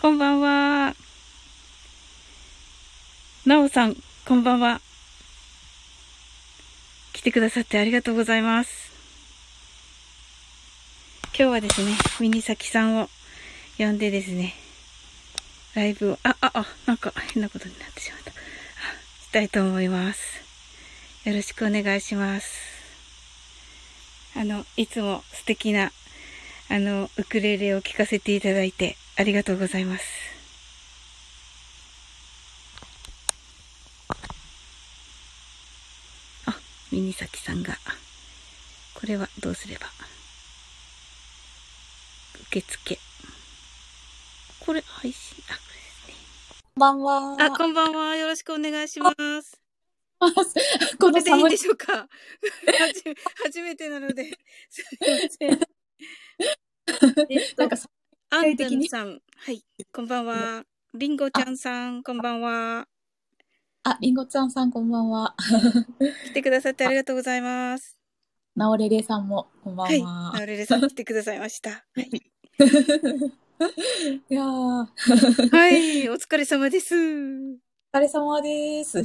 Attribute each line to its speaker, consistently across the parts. Speaker 1: こんばんは。なおさん、こんばんは。来てくださってありがとうございます。今日はですね、ミニサキさんを呼んでですね、ライブを、あ、あ、あ、なんか変なことになってしまった。あ したいと思います。よろしくお願いします。あの、いつも素敵な、あの、ウクレレを聴かせていただいてありがとうございます。あ、ミニサキさんが、これはどうすれば受付。これ配信、あ、これですね。
Speaker 2: こんばんは。
Speaker 1: あ、こんばんは。よろしくお願いします。
Speaker 2: この
Speaker 1: 出ていいん
Speaker 2: 寒
Speaker 1: で
Speaker 2: い、
Speaker 1: しょうかはじ 初めてなので。すいません。えっと
Speaker 2: なんかさ、
Speaker 1: アン
Speaker 2: 界
Speaker 1: テ
Speaker 2: 的
Speaker 1: ム
Speaker 2: に
Speaker 1: さん。はい。こんばんは。リンゴちゃんさん、こんばんは。
Speaker 2: あ、りんごちゃんさんこんばんは。
Speaker 1: 来てくださってありがとうございます。
Speaker 2: なおれれさんもこんば
Speaker 1: はい。
Speaker 2: んは。
Speaker 1: ナオレレさん来てくださいました。はい。
Speaker 2: い、やー、お
Speaker 1: はい。お疲れ様です。い
Speaker 2: 疲れ 様です。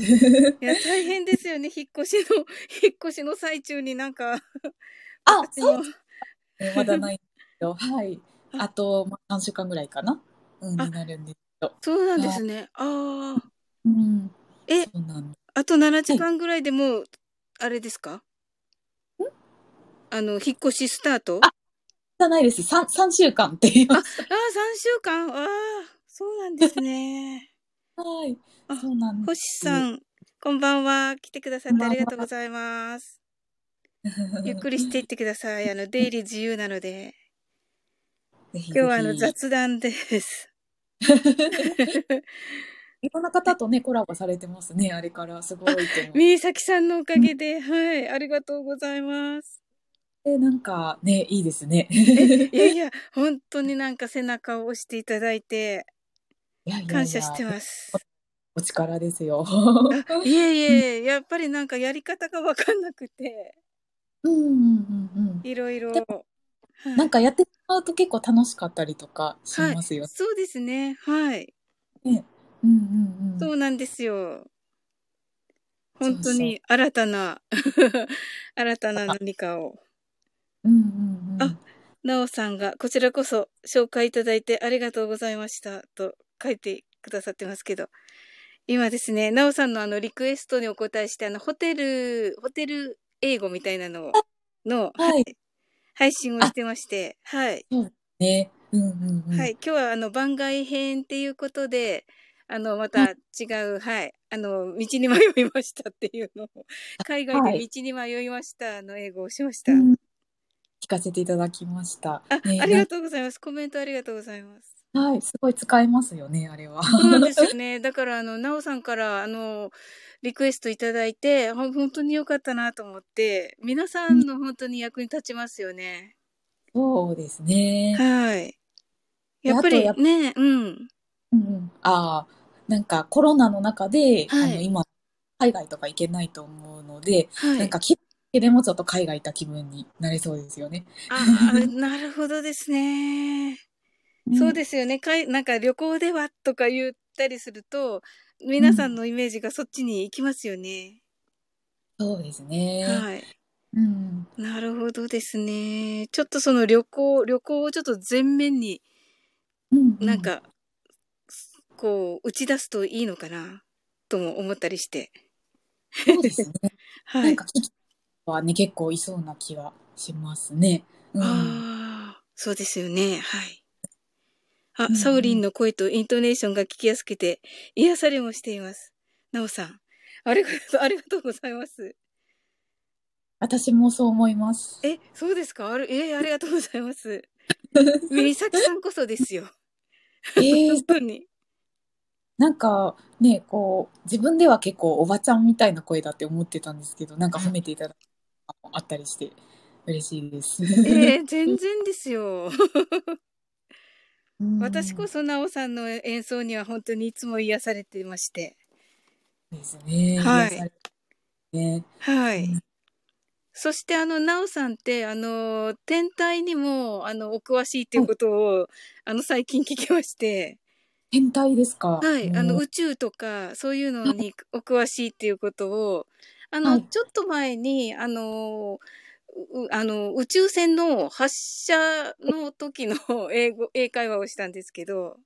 Speaker 1: や、大変ですよ ね。引っ越しの、引っ越しの最中になんか、
Speaker 2: あ、
Speaker 1: 私
Speaker 2: そう
Speaker 1: も
Speaker 2: ねまだないんです けど、はい。
Speaker 1: あ
Speaker 2: あと、まあ、3週間ぐらいかな。うん、
Speaker 1: あ
Speaker 2: になるんですけど。
Speaker 1: そうなんですね。ああ。
Speaker 2: うん。
Speaker 1: え
Speaker 2: そうなんだ。
Speaker 1: あと7時間ぐらいでもう、あれですかあの、引っ越しスタートあ
Speaker 2: あじゃないです。3、三週間って言います。
Speaker 1: あー、3週間ああ、そうなんですね。
Speaker 2: はい
Speaker 1: あ。
Speaker 2: そうなんです。
Speaker 1: 星さん、こんばんは。来てくださってありがとうございます。ゆっくりしていってください。あの、出入り自由なので。
Speaker 2: ぜひぜひ
Speaker 1: 今日はあの、雑談です。
Speaker 2: いろんな方とね、コラボされてますね。あれから、すごいと思う。
Speaker 1: みーさきさんのおかげで、はい、ありがとうございます。
Speaker 2: で、なんかね、 いいですね。
Speaker 1: いやいや、本当になんか背中を押していただいて、
Speaker 2: いやいやいや
Speaker 1: 感謝してます。
Speaker 2: お力ですよ。
Speaker 1: あいえいえ、やっぱりなんかやり方がわかんなくて、
Speaker 2: うんうんうん
Speaker 1: いろいろ。
Speaker 2: う
Speaker 1: は
Speaker 2: ん。
Speaker 1: い
Speaker 2: なんかやってしまうと結構楽しかったりとかしますよ。
Speaker 1: そうですね。はい。
Speaker 2: うんうんうん。
Speaker 1: そうなんですよ。本当
Speaker 2: そうそ
Speaker 1: に新たな、 新たな何かを。
Speaker 2: うんうんうん。
Speaker 1: あなおさんが、こちらこそ紹介いただいてありがとうございましたと書いてくださってますけど、今ですね、なおさんのあのリクエストにお答えして、あのホテル、ホテル英語みたいなのを、の、
Speaker 2: はい。
Speaker 1: 配信をしてまして、はい。
Speaker 2: ね。うんうんうん。
Speaker 1: はい、今日はあの番外編っていうことで、あの、また違う、はい、あの、道に迷いましたっていうのを、海外
Speaker 2: は
Speaker 1: で
Speaker 2: い
Speaker 1: 道に迷いましたの英語をしました。
Speaker 2: うん。聞かせていただきました。
Speaker 1: あ、
Speaker 2: ね
Speaker 1: ありがとうございます。コメントありがとうございます。
Speaker 2: なんはい。すごい使えますよね、あれは。
Speaker 1: そうなんですよ ね。だから、あの、なおさんから、あの、リクエストいただいて、ほん本当に良かったなと思って、皆さんの本当に役に立ちますよね。
Speaker 2: そうですね。
Speaker 1: はい。やっぱり
Speaker 2: あと
Speaker 1: ね、うん。
Speaker 2: うんうん。ああ、なんかコロナの中で、あ
Speaker 1: はい
Speaker 2: の、今、海外とか行けないと思うので、
Speaker 1: は
Speaker 2: なん
Speaker 1: い
Speaker 2: か。きっかけでもちょっと海外行った気分になれそうですよね。。
Speaker 1: あ、あなるほどですね。そうですすよね。かい、なんか旅行ではとか言ったりすると、皆さんのイメージがそっちに行きますよね。
Speaker 2: そうですね。
Speaker 1: はい。
Speaker 2: うん。
Speaker 1: なるほどですね。ちょっとその旅行、旅行をちょっと前面に
Speaker 2: うんう
Speaker 1: なん、か、こう、打ち出すといいのかな、とも思ったりして。
Speaker 2: そうですね。
Speaker 1: は
Speaker 2: なん
Speaker 1: い。
Speaker 2: か聞きはね、結構いそうな気はしますね。うん。
Speaker 1: ああ、そうですよね。はい。あ、
Speaker 2: うん
Speaker 1: サウリンの声とイントネーションが聞きやすくて、癒されもしています。なおさん、ありがと う、ありがとうございます。
Speaker 2: 私もそう思います。
Speaker 1: え、そうですかある、えーありがとうござい ます。ミリサキさんこそですよ。
Speaker 2: えー
Speaker 1: 本当に。
Speaker 2: なんかね、こう、自分では結構おばちゃんみたいな声だって思ってたんですけど、なんか褒めていただくのもあったりして、嬉しいです。
Speaker 1: えー全然ですよ。
Speaker 2: うん
Speaker 1: 私こそなおさんの演奏には本当にいつも癒されてまして。
Speaker 2: ですね。
Speaker 1: はい
Speaker 2: 癒されてね。
Speaker 1: は
Speaker 2: う
Speaker 1: い
Speaker 2: ん。
Speaker 1: そしてあの、なおさんって、あの、天体にも、あの、お詳しいっていうことを、あの、最近聞きまして、
Speaker 2: 変態ですか。
Speaker 1: はい、あの
Speaker 2: うん
Speaker 1: 宇宙とかそういうのにお詳しいっていうことを、あの、
Speaker 2: はい
Speaker 1: ちょっと前に、あの、うあの宇宙船の発射の時の英語、 英会話をしたんですけど、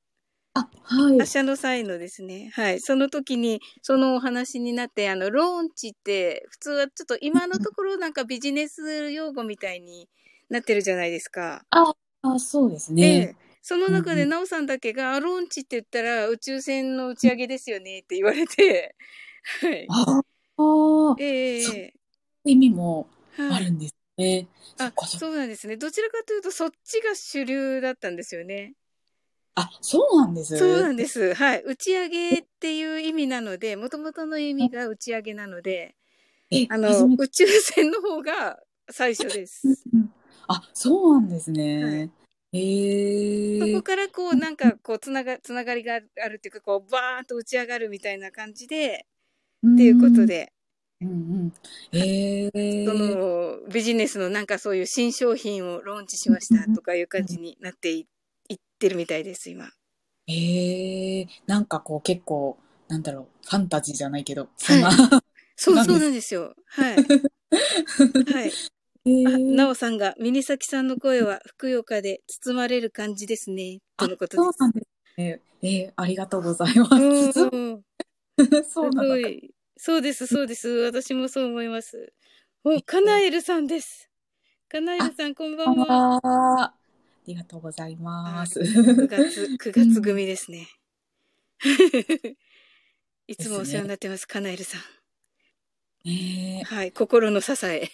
Speaker 2: あ、はい。
Speaker 1: 発射の際のですね、はい、その時にそのお話になって、あの、ローンチって普通はちょっと今のところなんかビジネス用語みたいになってるじゃないですか。
Speaker 2: あ、そうです
Speaker 1: で、
Speaker 2: ね。
Speaker 1: その中で
Speaker 2: うん
Speaker 1: ナオさんだけが、あローンチって言ったら宇宙船の打ち上げですよねって言われて、はい。
Speaker 2: ああ、
Speaker 1: ええ
Speaker 2: そ意味も
Speaker 1: は
Speaker 2: ある
Speaker 1: い。
Speaker 2: んですね。そ
Speaker 1: あ
Speaker 2: っ、かそっか
Speaker 1: そうなんですね。どちらかというと、そっちが主流だったんですよね。
Speaker 2: あ、そうなんです。
Speaker 1: そうなんです。はい。打ち上げっていう意味なので、もともとの意味が打ち上げなので、
Speaker 2: え、
Speaker 1: あ
Speaker 2: 初
Speaker 1: の
Speaker 2: め、て。
Speaker 1: 宇宙船の方が最初です。
Speaker 2: うんあ、そうなんです
Speaker 1: は
Speaker 2: ね。
Speaker 1: そこ
Speaker 2: ええ。
Speaker 1: からこう、なんかこう、つなが、つながりがあるあるっていうか、こう、バーンと打ち上がるみたいな感じで、
Speaker 2: っ
Speaker 1: っていうこと。で、
Speaker 2: うんうん。ええ。
Speaker 1: そのビジネスのなんかそういう新商品をローンチしましたとかいう感じになっていいってるみたいです、今。
Speaker 2: ええ、なんかこう結構、なんだろう、ファンタジーじゃないけど、そんな。
Speaker 1: そう
Speaker 2: なん
Speaker 1: そ
Speaker 2: で
Speaker 1: う
Speaker 2: す
Speaker 1: なんですよ。 はい。はい。
Speaker 2: ええ
Speaker 1: あ、なおさんが、ミニサキさんの声はふくよかで包まれる感じですね。とのこと
Speaker 2: そう
Speaker 1: です。
Speaker 2: なんですね。ええ、ありがとうございます。
Speaker 1: う
Speaker 2: 包
Speaker 1: ん。
Speaker 2: むそう
Speaker 1: す
Speaker 2: な
Speaker 1: ご
Speaker 2: のか。
Speaker 1: い。そうです、そうです。私もそう思います。お、カナエルさんです。カナエルさん、こんばんは。
Speaker 2: ああ、ありがとうございます。
Speaker 1: 9月、9月組ですね。 いつもお世話になってます、カナエルさん。
Speaker 2: ね
Speaker 1: はい、心の支え。
Speaker 2: え、。
Speaker 1: ち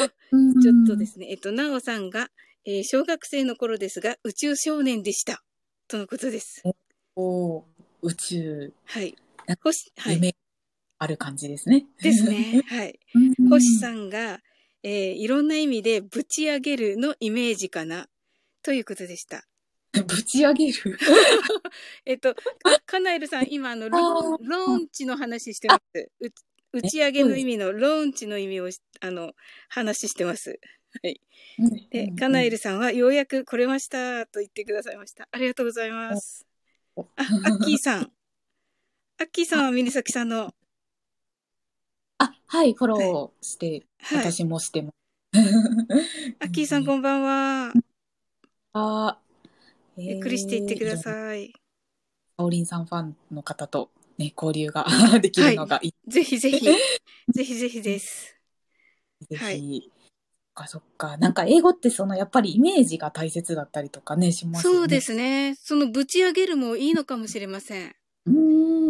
Speaker 1: ょっとですすね、えっと、なおさんが、えー小学生の頃ですが、宇宙少年でした。とのことです。
Speaker 2: おー宇宙、
Speaker 1: はい。星、はい。
Speaker 2: 夢、ある感じですね。
Speaker 1: ですね。はい。
Speaker 2: うん
Speaker 1: 星さんが、えーいろんな意味で、ぶち上げるのイメージかな。ということでした。
Speaker 2: ぶち上 げる。
Speaker 1: えっと、かカナエルさん、今、あの、ロー
Speaker 2: あ
Speaker 1: ン、ローンチの話してます。う打ち上げの意味の、ローンチの意味をし、あの、話してます。で、カナエルさんはようやく来れましたと言ってくださいました。ありがとうございます。
Speaker 2: お
Speaker 1: あ、アッキーさん。アッキーさんはミニサキさんの、
Speaker 2: あ、はい、フォローして、
Speaker 1: はい。
Speaker 2: 私もしてます。
Speaker 1: アッキーさんこんばんは。
Speaker 2: あー、
Speaker 1: ゆっくりしていってくだ
Speaker 2: い。
Speaker 1: さい。
Speaker 2: オリンさんファンの方とね、交流が できるのがいい
Speaker 1: ぜひぜひ。ぜひぜひです。
Speaker 2: ぜひ。
Speaker 1: はい
Speaker 2: そっかそっか。なんか英語ってそのやっぱりイメージが大切だったりとかね、しますよね。
Speaker 1: そうで。すね。そのぶち上げるもいいのかもしれません。
Speaker 2: うー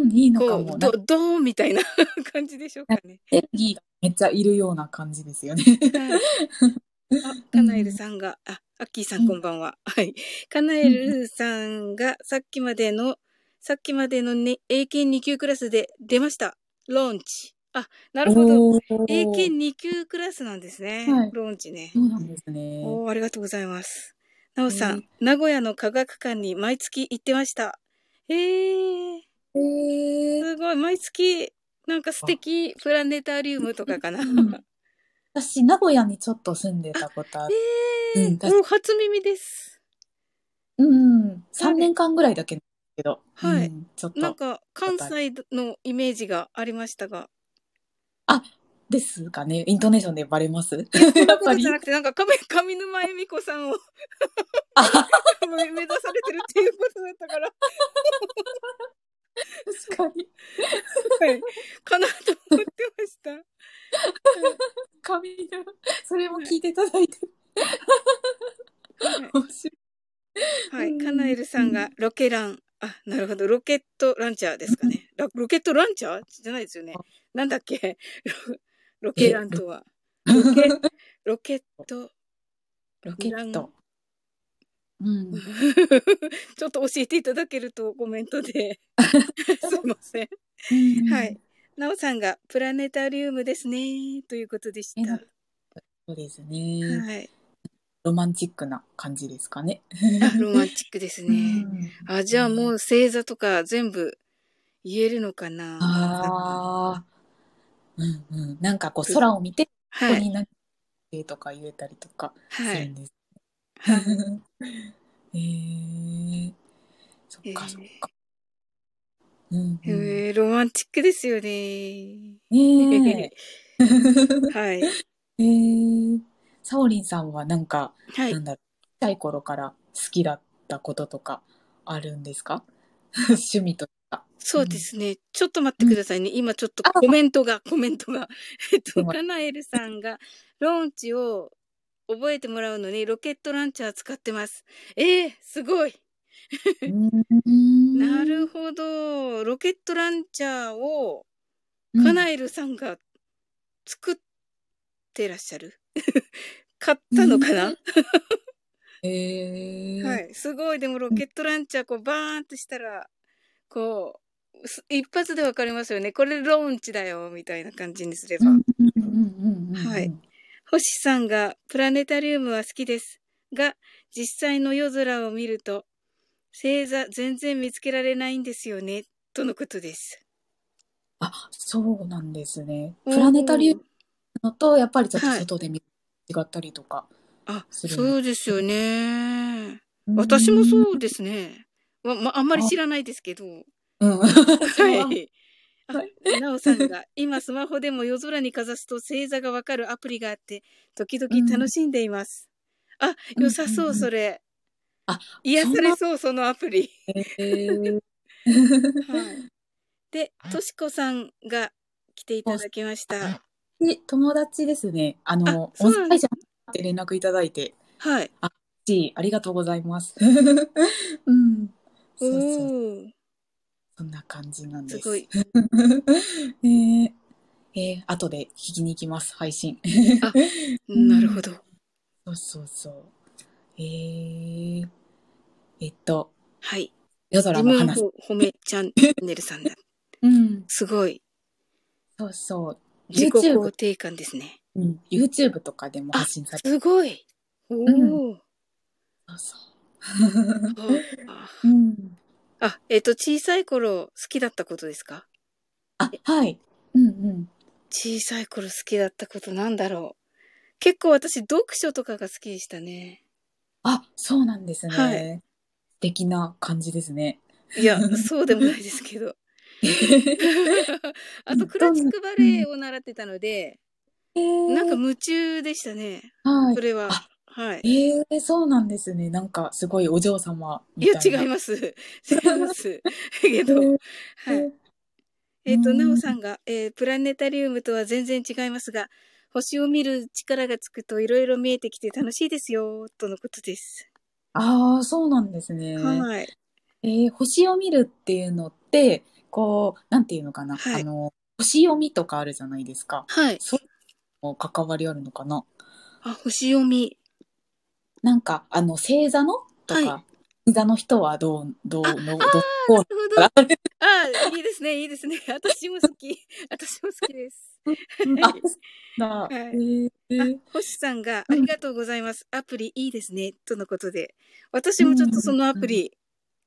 Speaker 2: ん、いいのか
Speaker 1: こ
Speaker 2: も。
Speaker 1: う、
Speaker 2: な
Speaker 1: ド、
Speaker 2: んか
Speaker 1: ドーンみたいな感じでしょうか ね。
Speaker 2: エネルギーがめっちゃいるような感じですよね。
Speaker 1: はい。あ、カナエルさんが、あ、アッキーさんこんばんは。はい。カナエルさんが、さっきまでの、さっきまでのね、英検2級クラスで出ました。ローンチ。あ、なるほど。
Speaker 2: おー
Speaker 1: 英検2級クラスなんですね。
Speaker 2: はい
Speaker 1: ローンチね。
Speaker 2: そうなんですね。
Speaker 1: おー、ありがとうございます。なおさ
Speaker 2: うんん、
Speaker 1: 名古屋の科学館に毎月行ってました。えー、
Speaker 2: えー、
Speaker 1: すごい。毎月、なんか素敵、プラネタリウムとかかな。
Speaker 2: うん私、名古屋にちょっと住んでたことある。
Speaker 1: えー、
Speaker 2: うん確か
Speaker 1: もう初耳です。
Speaker 2: うん、3年間ぐらいだけだけど。
Speaker 1: はい
Speaker 2: うんちょっ
Speaker 1: なん
Speaker 2: と。
Speaker 1: か関西のイメージがありましたが、
Speaker 2: ですかね。イントネーションでバレますや
Speaker 1: そんな
Speaker 2: っ
Speaker 1: こ
Speaker 2: ぱ
Speaker 1: と
Speaker 2: り
Speaker 1: じゃ。なくて、なんか上上沼恵美子さんを
Speaker 2: あ、
Speaker 1: 目目指されてるっていうことだったから、
Speaker 2: 確かに。
Speaker 1: はい、かなと思ってました。
Speaker 2: 髪の、それも聞いていただいて。
Speaker 1: は
Speaker 2: 面白い
Speaker 1: い、はい、カナエルさんがロケラン、あ、なるほど、ロケットランチャーですかね。ロロケットランチャーじゃないですよね。なんだっけ ロロケランとは。ロケロケット。
Speaker 2: ロケット。うん。
Speaker 1: ちょっと教えていただけるとコメント で。すいません。はい。。なおさんが、プラネタリウムですね、ということでし
Speaker 2: え
Speaker 1: た。
Speaker 2: なそうですね。
Speaker 1: はい。
Speaker 2: ロマンチックな感じですかね。
Speaker 1: あ、ロマンチックですね。
Speaker 2: うん
Speaker 1: あ、じゃあもう星座とか全部言えるのかな
Speaker 2: ああ。うんうん。なんかこう空を見て、ここ
Speaker 1: はい。
Speaker 2: に何てとか言えたりとかす
Speaker 1: は
Speaker 2: る
Speaker 1: い
Speaker 2: ん。です。
Speaker 1: はい
Speaker 2: えーそっかそっ
Speaker 1: え
Speaker 2: か。うん、うん。
Speaker 1: えー、ロマンチックですよね。
Speaker 2: ねえ。
Speaker 1: はい。
Speaker 2: えー、サオリンさんはなんか、
Speaker 1: はい
Speaker 2: な。んだろう、小さい頃から好きだったこととかあるんですか 趣味とか。
Speaker 1: そうですね。ちょっと待ってくださいね。今ちょっとコメントが、コメント が。えっと、
Speaker 2: はい
Speaker 1: カナエルさんが、ローンチを覚えてもらうのにロケットランチャー使ってます。えー、すごい。な
Speaker 2: な
Speaker 1: るほど。ロケットランチャーを、
Speaker 2: ほ
Speaker 1: カナエルさんが作ってらっしゃる 買ったのかな、
Speaker 2: えー、
Speaker 1: はい。すごい。でもロケットランチャー、こう、バーンとしたら、こう、す一発でわかりますよね。これローンチだよ、みたいな感じにすれば。
Speaker 2: うんうんうんうんうん。
Speaker 1: はい星さんがプラネタリウムは好きです。が、実際の夜空を見ると、星座全然見つけられないんですよね。とのことです。
Speaker 2: あ、そうなんですね。プラネタリウムのと、やっぱりちょっと外で見違ったりとか。
Speaker 1: あ、
Speaker 2: する
Speaker 1: そうですよね。私も
Speaker 2: う
Speaker 1: そうですね。ま、まあんまり知らないですけど。
Speaker 2: ん。うん。
Speaker 1: はい。あ
Speaker 2: は
Speaker 1: なおさんが、 今スマホでも夜空にかざすと星座がわかるアプリがあって、時々楽しんでいます。あ、良さ
Speaker 2: うんうん
Speaker 1: そうう、
Speaker 2: ん
Speaker 1: それ。
Speaker 2: あ、
Speaker 1: 癒されそう、そのアプ リ。
Speaker 2: え ー
Speaker 1: はい。で、としこさんが来ていただきました。
Speaker 2: で友達ですね。あの、
Speaker 1: あそうなん
Speaker 2: オンサイじゃなくて連絡いただいて、
Speaker 1: はい。
Speaker 2: しありがとうござい ます。うん。
Speaker 1: お
Speaker 2: そうそう。
Speaker 1: ー
Speaker 2: そんな感じなんですす。
Speaker 1: ごい。。
Speaker 2: ねえ。えー、後で聞きに行きます、配信。 ん
Speaker 1: なるほど。
Speaker 2: そうそうそう。えー、えっと、
Speaker 1: はい。
Speaker 2: 夜空
Speaker 1: 自
Speaker 2: の
Speaker 1: 分
Speaker 2: 話。
Speaker 1: ほ褒めチャンネル さんだ。
Speaker 2: うん。
Speaker 1: すごい。
Speaker 2: そうそう。
Speaker 1: 自己肯
Speaker 2: YouTube、
Speaker 1: 定感ですね。
Speaker 2: うん、YouTube とかでも
Speaker 1: あ
Speaker 2: 発信されて
Speaker 1: すごい。おお。
Speaker 2: そうそう。
Speaker 1: あ
Speaker 2: うん。
Speaker 1: あ、えっ、と、小さい頃好きだったことですか
Speaker 2: あ、はい。うんうん。
Speaker 1: 小さい頃好きだったことなんだろう。結構私、読書とかが好きでしたね。
Speaker 2: あ、そうなんですね。
Speaker 1: はい
Speaker 2: 素敵な感じですね。
Speaker 1: い や、そうでもないですけど。あと、クラシックバレエを習ってたので、
Speaker 2: えー
Speaker 1: なんか夢中でしたね。
Speaker 2: はい
Speaker 1: そ。れは
Speaker 2: あ。
Speaker 1: はい。
Speaker 2: えー、そうなんですね。なんか、すごいお嬢様
Speaker 1: い
Speaker 2: み
Speaker 1: や、
Speaker 2: たいな。
Speaker 1: 違います。違います。けど、
Speaker 2: えー
Speaker 1: はい。
Speaker 2: うん
Speaker 1: えっ、と、なおさんが、えープラネタリウムとは全然違いますが、星を見る力がつくといろいろ見えてきて楽しいですよ、とのことです。
Speaker 2: ああ、そうなんですね。
Speaker 1: はい。
Speaker 2: えー星を見るっていうのって、こう、なんていうのかな。
Speaker 1: はい
Speaker 2: あの、星読みとかあるじゃないですか。
Speaker 1: はい。
Speaker 2: もう関わりあるのかな。
Speaker 1: あ、星読み。
Speaker 2: なんか、あの、星座のと
Speaker 1: はい
Speaker 2: か、星座の人はどう、どうの、ど
Speaker 1: なるほど。あ
Speaker 2: あ
Speaker 1: いいですね、いいですね。 私も好き。私も好きです。
Speaker 2: う、あ、だ、
Speaker 1: い
Speaker 2: えーえ
Speaker 1: あ
Speaker 2: ー、
Speaker 1: 星さんが、あ
Speaker 2: うん
Speaker 1: りがとうございます。アプリいいですね。とのことで。私もちょっとそのアプリ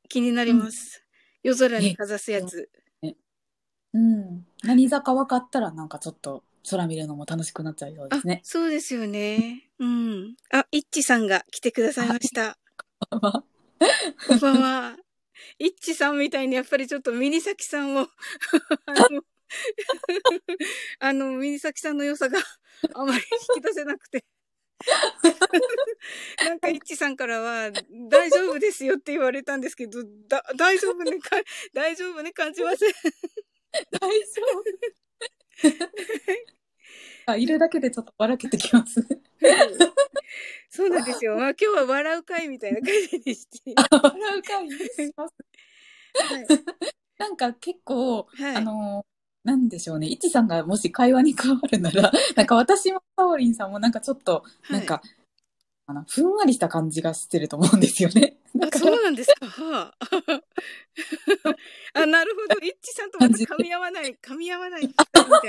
Speaker 1: 気になります。夜空にかざすやつ。
Speaker 2: うん。何座か分かったら、なんかちょっと、空見るのも楽しくなっちゃいそうで
Speaker 1: あ
Speaker 2: すね、。
Speaker 1: そうですよね。うん。あ、いっちさんが来てくださいました。こんばんは。いっちさんみたいにやっぱりちょっとミニサキさ んを、あの、あのミニサキさんの良さが あまり引き出せな くて。なんかいっちさんからは、大丈夫ですよって言われたんですけど、だ、大丈夫ね、か、大丈夫ね、感じま せん。
Speaker 2: 大丈 夫。あ、いるだけでちょっと笑けてきます。
Speaker 1: そうなんですよ。まあ今日は笑う会みたいな感じにして。
Speaker 2: 笑う会議します。なんか結構、
Speaker 1: はい。
Speaker 2: あ
Speaker 1: はい。
Speaker 2: の、なんでしょうね。いちさんがもし会話に関わるなら、 なんか私もサオリンさんもなんかちょっと、なんか、あのふんわりした感じがしてると思うんですよね。だ
Speaker 1: あ、
Speaker 2: か
Speaker 1: そ
Speaker 2: ら
Speaker 1: うなんですか。はあ、 あなる ほど。イッチさんとまた噛み合わない、噛み合わないみたいになって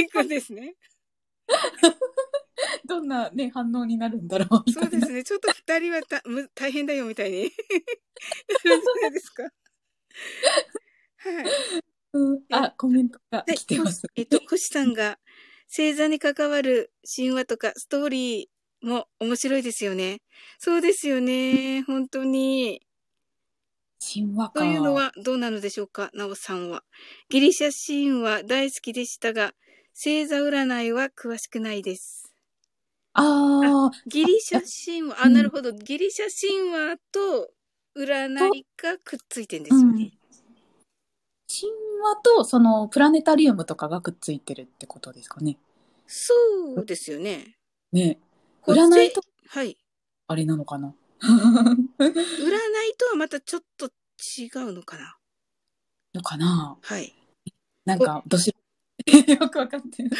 Speaker 1: いくんです ね。
Speaker 2: どんなね、反応になるんだろうみた
Speaker 1: そう
Speaker 2: い
Speaker 1: で
Speaker 2: な。
Speaker 1: すね。ちょっと二人はたむ大変だよみたいに なるんじゃないですか。はい。
Speaker 2: うんあ、コメントが
Speaker 1: はい
Speaker 2: 来てます。
Speaker 1: えっと、星さんが、星座に関わる神話とかストーリーも面白いですよね。そうですよね。本当に。
Speaker 2: 神話か。
Speaker 1: というのはどうなのでしょうか、なおさんは。ギリシャ神話大好きでしたが、星座占いは詳しくないです。
Speaker 2: ああ、
Speaker 1: ギリシャ神話、あ、
Speaker 2: うん
Speaker 1: なるほど。ギリシャ神話と占いがくっついてんですよ
Speaker 2: うん
Speaker 1: ね。
Speaker 2: 神話とそのプラネタリウムとかがくっついてるってことですかね。
Speaker 1: そうですよね。
Speaker 2: ね。
Speaker 1: こっち
Speaker 2: 占いと
Speaker 1: はい。
Speaker 2: あれなのかな。
Speaker 1: 占いとはまたちょっと違うのかな。
Speaker 2: のかな。
Speaker 1: はい。
Speaker 2: なんか、どし よくわかってない。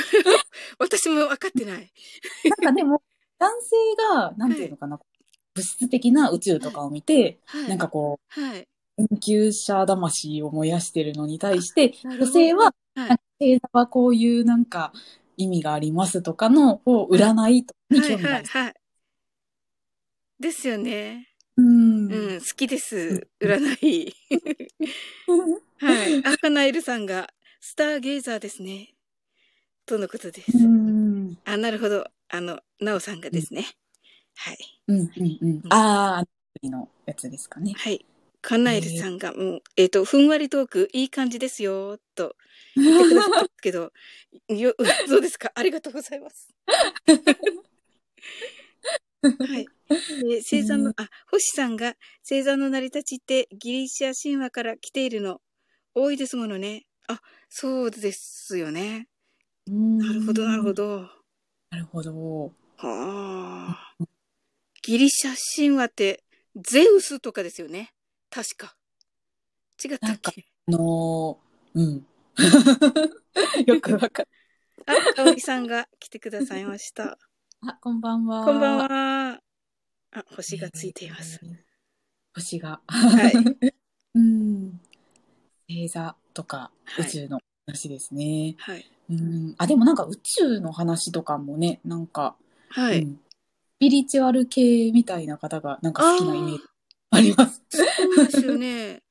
Speaker 1: 私も分かってない。
Speaker 2: なんかでも、 男性が、なんていうのかな、物質的な宇宙とかを見て、
Speaker 1: はい。
Speaker 2: なんかこ
Speaker 1: はい。
Speaker 2: う、研究者魂を燃やしてるのに対して、
Speaker 1: なるほど
Speaker 2: 女性は、
Speaker 1: はい
Speaker 2: なんか星座はこういうなんか意味がありますとかの、こう、占いとかに興味が
Speaker 1: は
Speaker 2: ある。
Speaker 1: いはいはい。ですよね。
Speaker 2: うん。
Speaker 1: うん、好きです。占い。 はい。アーカナエルさんが、スターゲイザーですね。とのことです。
Speaker 2: うん。
Speaker 1: あ、なるほど。あの、ナオさんがですね。はい。
Speaker 2: うん、うん、うん。あー、あの時のやつですかね。
Speaker 1: はい。カナエルさんが、もう、えっ、と、ふんわりトーク、いい感じですよ、と言ってくださったけど、 よ、どうですかありがとうございます。はい。で星座の、あ、星さんが、星座の成り立ちってギリシャ神話から来ているの、多いですものね。あ、そうですよね。な
Speaker 2: な
Speaker 1: るほど、なるほ。ど。
Speaker 2: なるほど。
Speaker 1: はあ。ギリシャ神話って、ゼウスとかですよね。確か。違った
Speaker 2: な
Speaker 1: っ
Speaker 2: んか
Speaker 1: け
Speaker 2: あのー、うん。 よくわかる。
Speaker 1: あ、かおりさんが来てくださいました。
Speaker 2: あ、こんばんは。
Speaker 1: こんばん。は。あ、星がついています。。
Speaker 2: 星が。
Speaker 1: はい。
Speaker 2: うん。星座とか
Speaker 1: は
Speaker 2: 宇
Speaker 1: い
Speaker 2: 宙の話ですね。
Speaker 1: はい。
Speaker 2: うん。あ、でもなんか宇宙の話とかもね、なんか、
Speaker 1: は
Speaker 2: う
Speaker 1: い。
Speaker 2: んスピリチュアル系みたいな方がなんか好きなイメージ
Speaker 1: あ
Speaker 2: あります。
Speaker 1: ーそうですよ ね。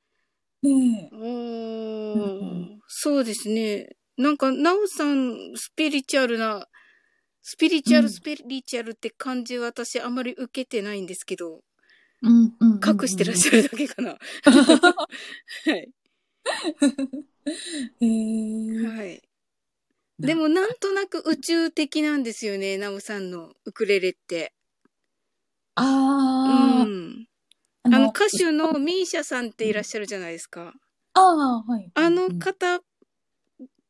Speaker 2: ねえ
Speaker 1: お
Speaker 2: う
Speaker 1: ーそうですね。なんか、なおさん、スピリチュアルな、スピリチュアル、
Speaker 2: うん
Speaker 1: スピリチュアルって感じ私あんまり受けてないんですけど、
Speaker 2: うんうん。
Speaker 1: 隠してらっしゃ
Speaker 2: ゃ
Speaker 1: るだけかな。はい。
Speaker 2: る。へえ。
Speaker 1: はい。でも、なんとなく宇宙的なんですよね、ナオさんのウクレレって。う
Speaker 2: あ
Speaker 1: ん。あ
Speaker 2: あ、
Speaker 1: の、歌手のミーシャさんっていらっしゃるじゃないですか。
Speaker 2: ああ、はい。
Speaker 1: あ
Speaker 2: う
Speaker 1: の
Speaker 2: ん
Speaker 1: 方っ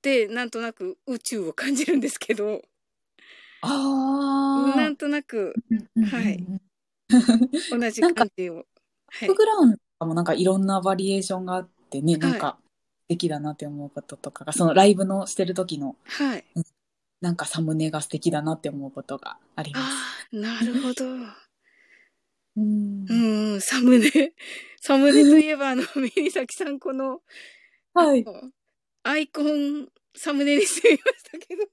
Speaker 1: て、なんとなく宇宙を感じるんですけど、
Speaker 2: ああ。
Speaker 1: なんとなくはい
Speaker 2: うんうんうん。
Speaker 1: 同じ感じを。は
Speaker 2: バ
Speaker 1: い
Speaker 2: ック。グラウンドとかもなんかいろんなバリエーションがあってね、なんか素敵だなって思うこととかが、そのライブのしてる時の
Speaker 1: はい。
Speaker 2: なんかサムネが素敵だなって思うことがあります。
Speaker 1: ああ、なるほど。
Speaker 2: うん
Speaker 1: うん、サムネ。サムネといえば、あの、ミニサキさん、この、
Speaker 2: はい。
Speaker 1: アイコン、サムネにしてみましたけど。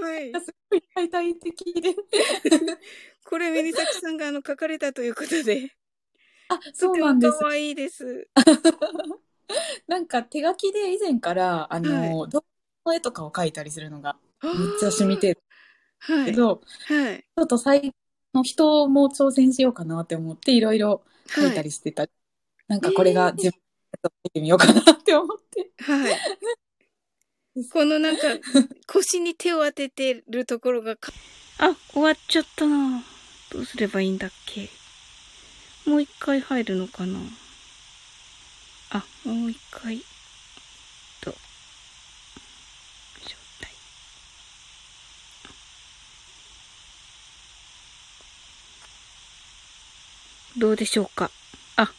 Speaker 1: はい。はい。
Speaker 2: すごい解体的で。
Speaker 1: これ、ミニサキさんが、あの、書かれたということで。
Speaker 2: あ、そうなんです。
Speaker 1: 可愛いです。
Speaker 2: なんか手書きで以前から、あの、動画の絵とかを描いたりするのが
Speaker 1: め
Speaker 2: めっちゃ趣味。程度だ
Speaker 1: は
Speaker 2: け
Speaker 1: い。
Speaker 2: ど、
Speaker 1: はい。
Speaker 2: ちょっと最近の人も挑戦しようかなって思っていろいろ書いたりしてた。なんかこれが自分で見てみようかなって思って。
Speaker 1: はい。このなんか、腰に手を当ててるところがか。あ、終わっちゃったな。どうすればいいんだっけ。もう一回入るのかな。あ、もう一回。と。状態。どうでしょうか。あ。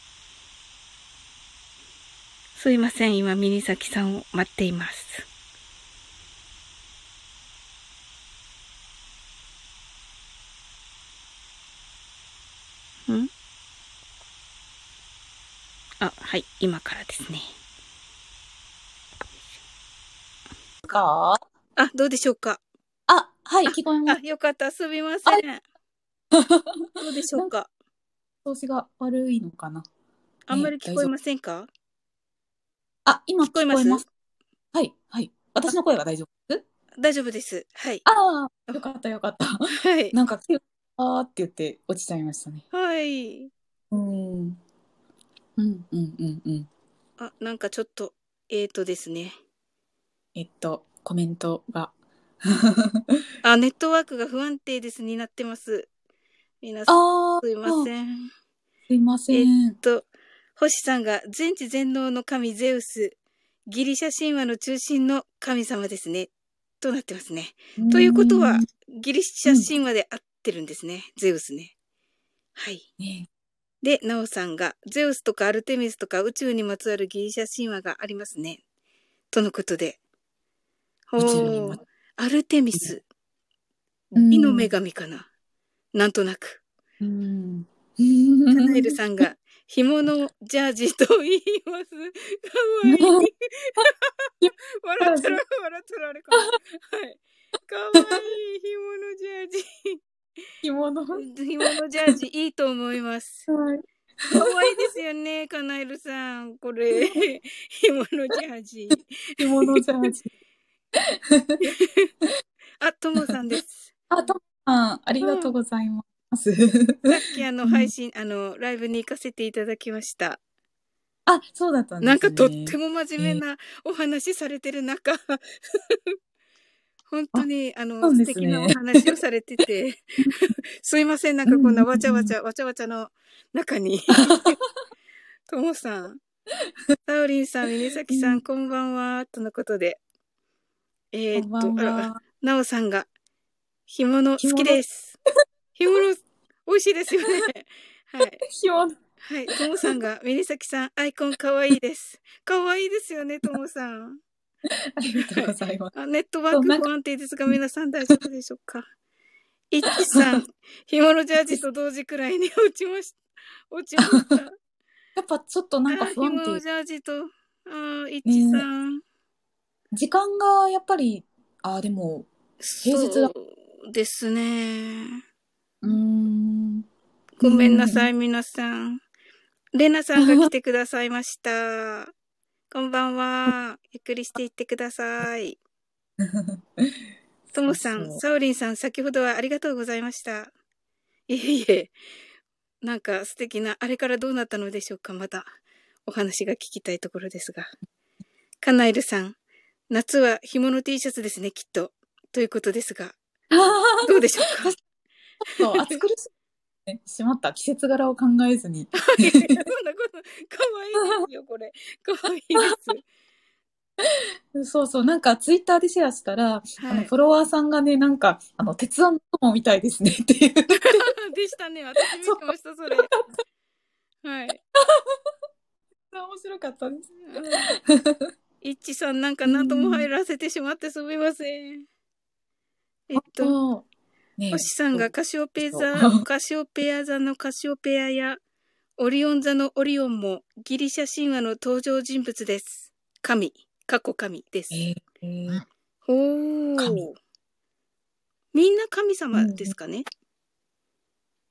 Speaker 1: すいません。今、ミニサキさんを待っています。んあ、はい、今からですね。
Speaker 2: か
Speaker 1: あ、どうでしょうか
Speaker 2: あ、はい、聞こえま
Speaker 1: あ
Speaker 2: す。、
Speaker 1: よかった、すみませ ん。どうでしょうか
Speaker 2: 調子が悪いのかな。
Speaker 1: あんまり聞こえませんか
Speaker 2: あ、今
Speaker 1: 聞こえます
Speaker 2: はい、はい。私の声は大丈夫です
Speaker 1: 大丈夫です。はい。
Speaker 2: ああ、よかったよかった。
Speaker 1: はい。
Speaker 2: なんか、あーって言って落ちちゃいましたね。
Speaker 1: はい。
Speaker 2: うん。うんうんうんうん。
Speaker 1: あ、なんかちょっと、えーとですね。
Speaker 2: えっと、コメントが。
Speaker 1: あ、ネットワークが不安定ですになってます。皆さん、
Speaker 2: あ
Speaker 1: すいま
Speaker 2: ん。
Speaker 1: せん。
Speaker 2: すいません。
Speaker 1: と、星さんが全知全能の神ゼウス、ギリシャ神話の中心の神様ですね。となってますね。ということは
Speaker 2: ん、
Speaker 1: ギリシャ神話で合ってるんですね。ゼウスね。はい。
Speaker 2: ね、
Speaker 1: で、ナオさんが、ゼウスとかアルテミスとか宇宙にまつわるギリシャ神話がありますね。とのことで。
Speaker 2: 宇宙に
Speaker 1: ほ
Speaker 2: ま
Speaker 1: うアルテミス。
Speaker 2: うん
Speaker 1: 美の女神かな。なんとなく。
Speaker 2: うん。
Speaker 1: カナエルさんが、 紐のジャージと言います。かわいい。笑ったら、笑ったらあれかな。はい。かわいい、紐のジャージ。
Speaker 2: 着物。は
Speaker 1: 紐のジャージいいと思います。
Speaker 2: い。
Speaker 1: 可愛いですよね、カナエルさん。これ、紐のジャージ。
Speaker 2: 着物じゃなくて
Speaker 1: あ、ともさんです。
Speaker 2: あ、トムさん、ありがとうございます。
Speaker 1: さっきあの
Speaker 2: うん
Speaker 1: 配信、あの、ライブに行かせていただきました。
Speaker 2: あ、そうだったんですね。
Speaker 1: なんかとっても真面目なお話されてる中、本当にあの
Speaker 2: そう
Speaker 1: 素
Speaker 2: ですね
Speaker 1: 敵なお話をされてて、すいません、なんかこんなわちゃわちゃ、わちゃわちゃの中に。ともさん、サオリンさん、峰崎さ、
Speaker 2: うん
Speaker 1: こんばんは、とのことで。えー
Speaker 2: こ
Speaker 1: っ
Speaker 2: ん
Speaker 1: と、
Speaker 2: ばん
Speaker 1: あら
Speaker 2: は。
Speaker 1: なおさんが、干物好きです。干物、美味しいですよね。 はい。
Speaker 2: 着 物。
Speaker 1: はい。ともさんが、峰崎さん、アイコンかわいいです。かわいいですよね、ともさん。
Speaker 2: ありがとうございます。
Speaker 1: あネットワーク不安定ですが、皆さん大丈夫でしょうか。いちさ ん、干物ジャージと同時くらいに落ちました。落ちま した。
Speaker 2: やっぱちょっとなんか
Speaker 1: あー
Speaker 2: 不安
Speaker 1: 紐の
Speaker 2: 定。
Speaker 1: ジャージと、ああ、いちさん。
Speaker 2: 時間がやっぱり、あ、でも、平日だ
Speaker 1: そうですね。
Speaker 2: うーん。
Speaker 1: ごめんなさ
Speaker 2: う
Speaker 1: い、皆さん。レナさんが来てくださいました。こんばんは。ゆっくりしていってください。ともさ
Speaker 2: そ
Speaker 1: ん、
Speaker 2: う
Speaker 1: サオリンさん、先ほどはありがとうございました。いえいえ、なんか素敵な、あれからどうなったのでしょうか、またお話が聞きたいところですが。カナエルさん、夏は干物 T シャツですね、きっと。ということですが、
Speaker 2: あー
Speaker 1: どうでしょうか。
Speaker 2: ちょっと暑苦しい、ね。しまった。季節柄を考えずに。
Speaker 1: いやいや そんなこと、かわいいですよ、これ。かわいいで
Speaker 2: そうそう。なんかツイッターでシェアしたら、
Speaker 1: す。
Speaker 2: あ
Speaker 1: は
Speaker 2: の
Speaker 1: い。
Speaker 2: フォロワーさんがね、なんか、あの、鉄腕の友みたいですねっていう。
Speaker 1: でしたね。私見てました、それ。 はい。
Speaker 2: 面白かったです。
Speaker 1: いっちさん、なんか何とも入らせてしまってすみません。えっと、
Speaker 2: と、ねえ
Speaker 1: 星さんがカシオペ座
Speaker 2: そ、う
Speaker 1: カシオペア座のカシオペアや、オリオン座のオリオンもギリシャ神話の登場人物です。神、過去神です。
Speaker 2: えー
Speaker 1: ほー
Speaker 2: 神
Speaker 1: みんな神様ですかね。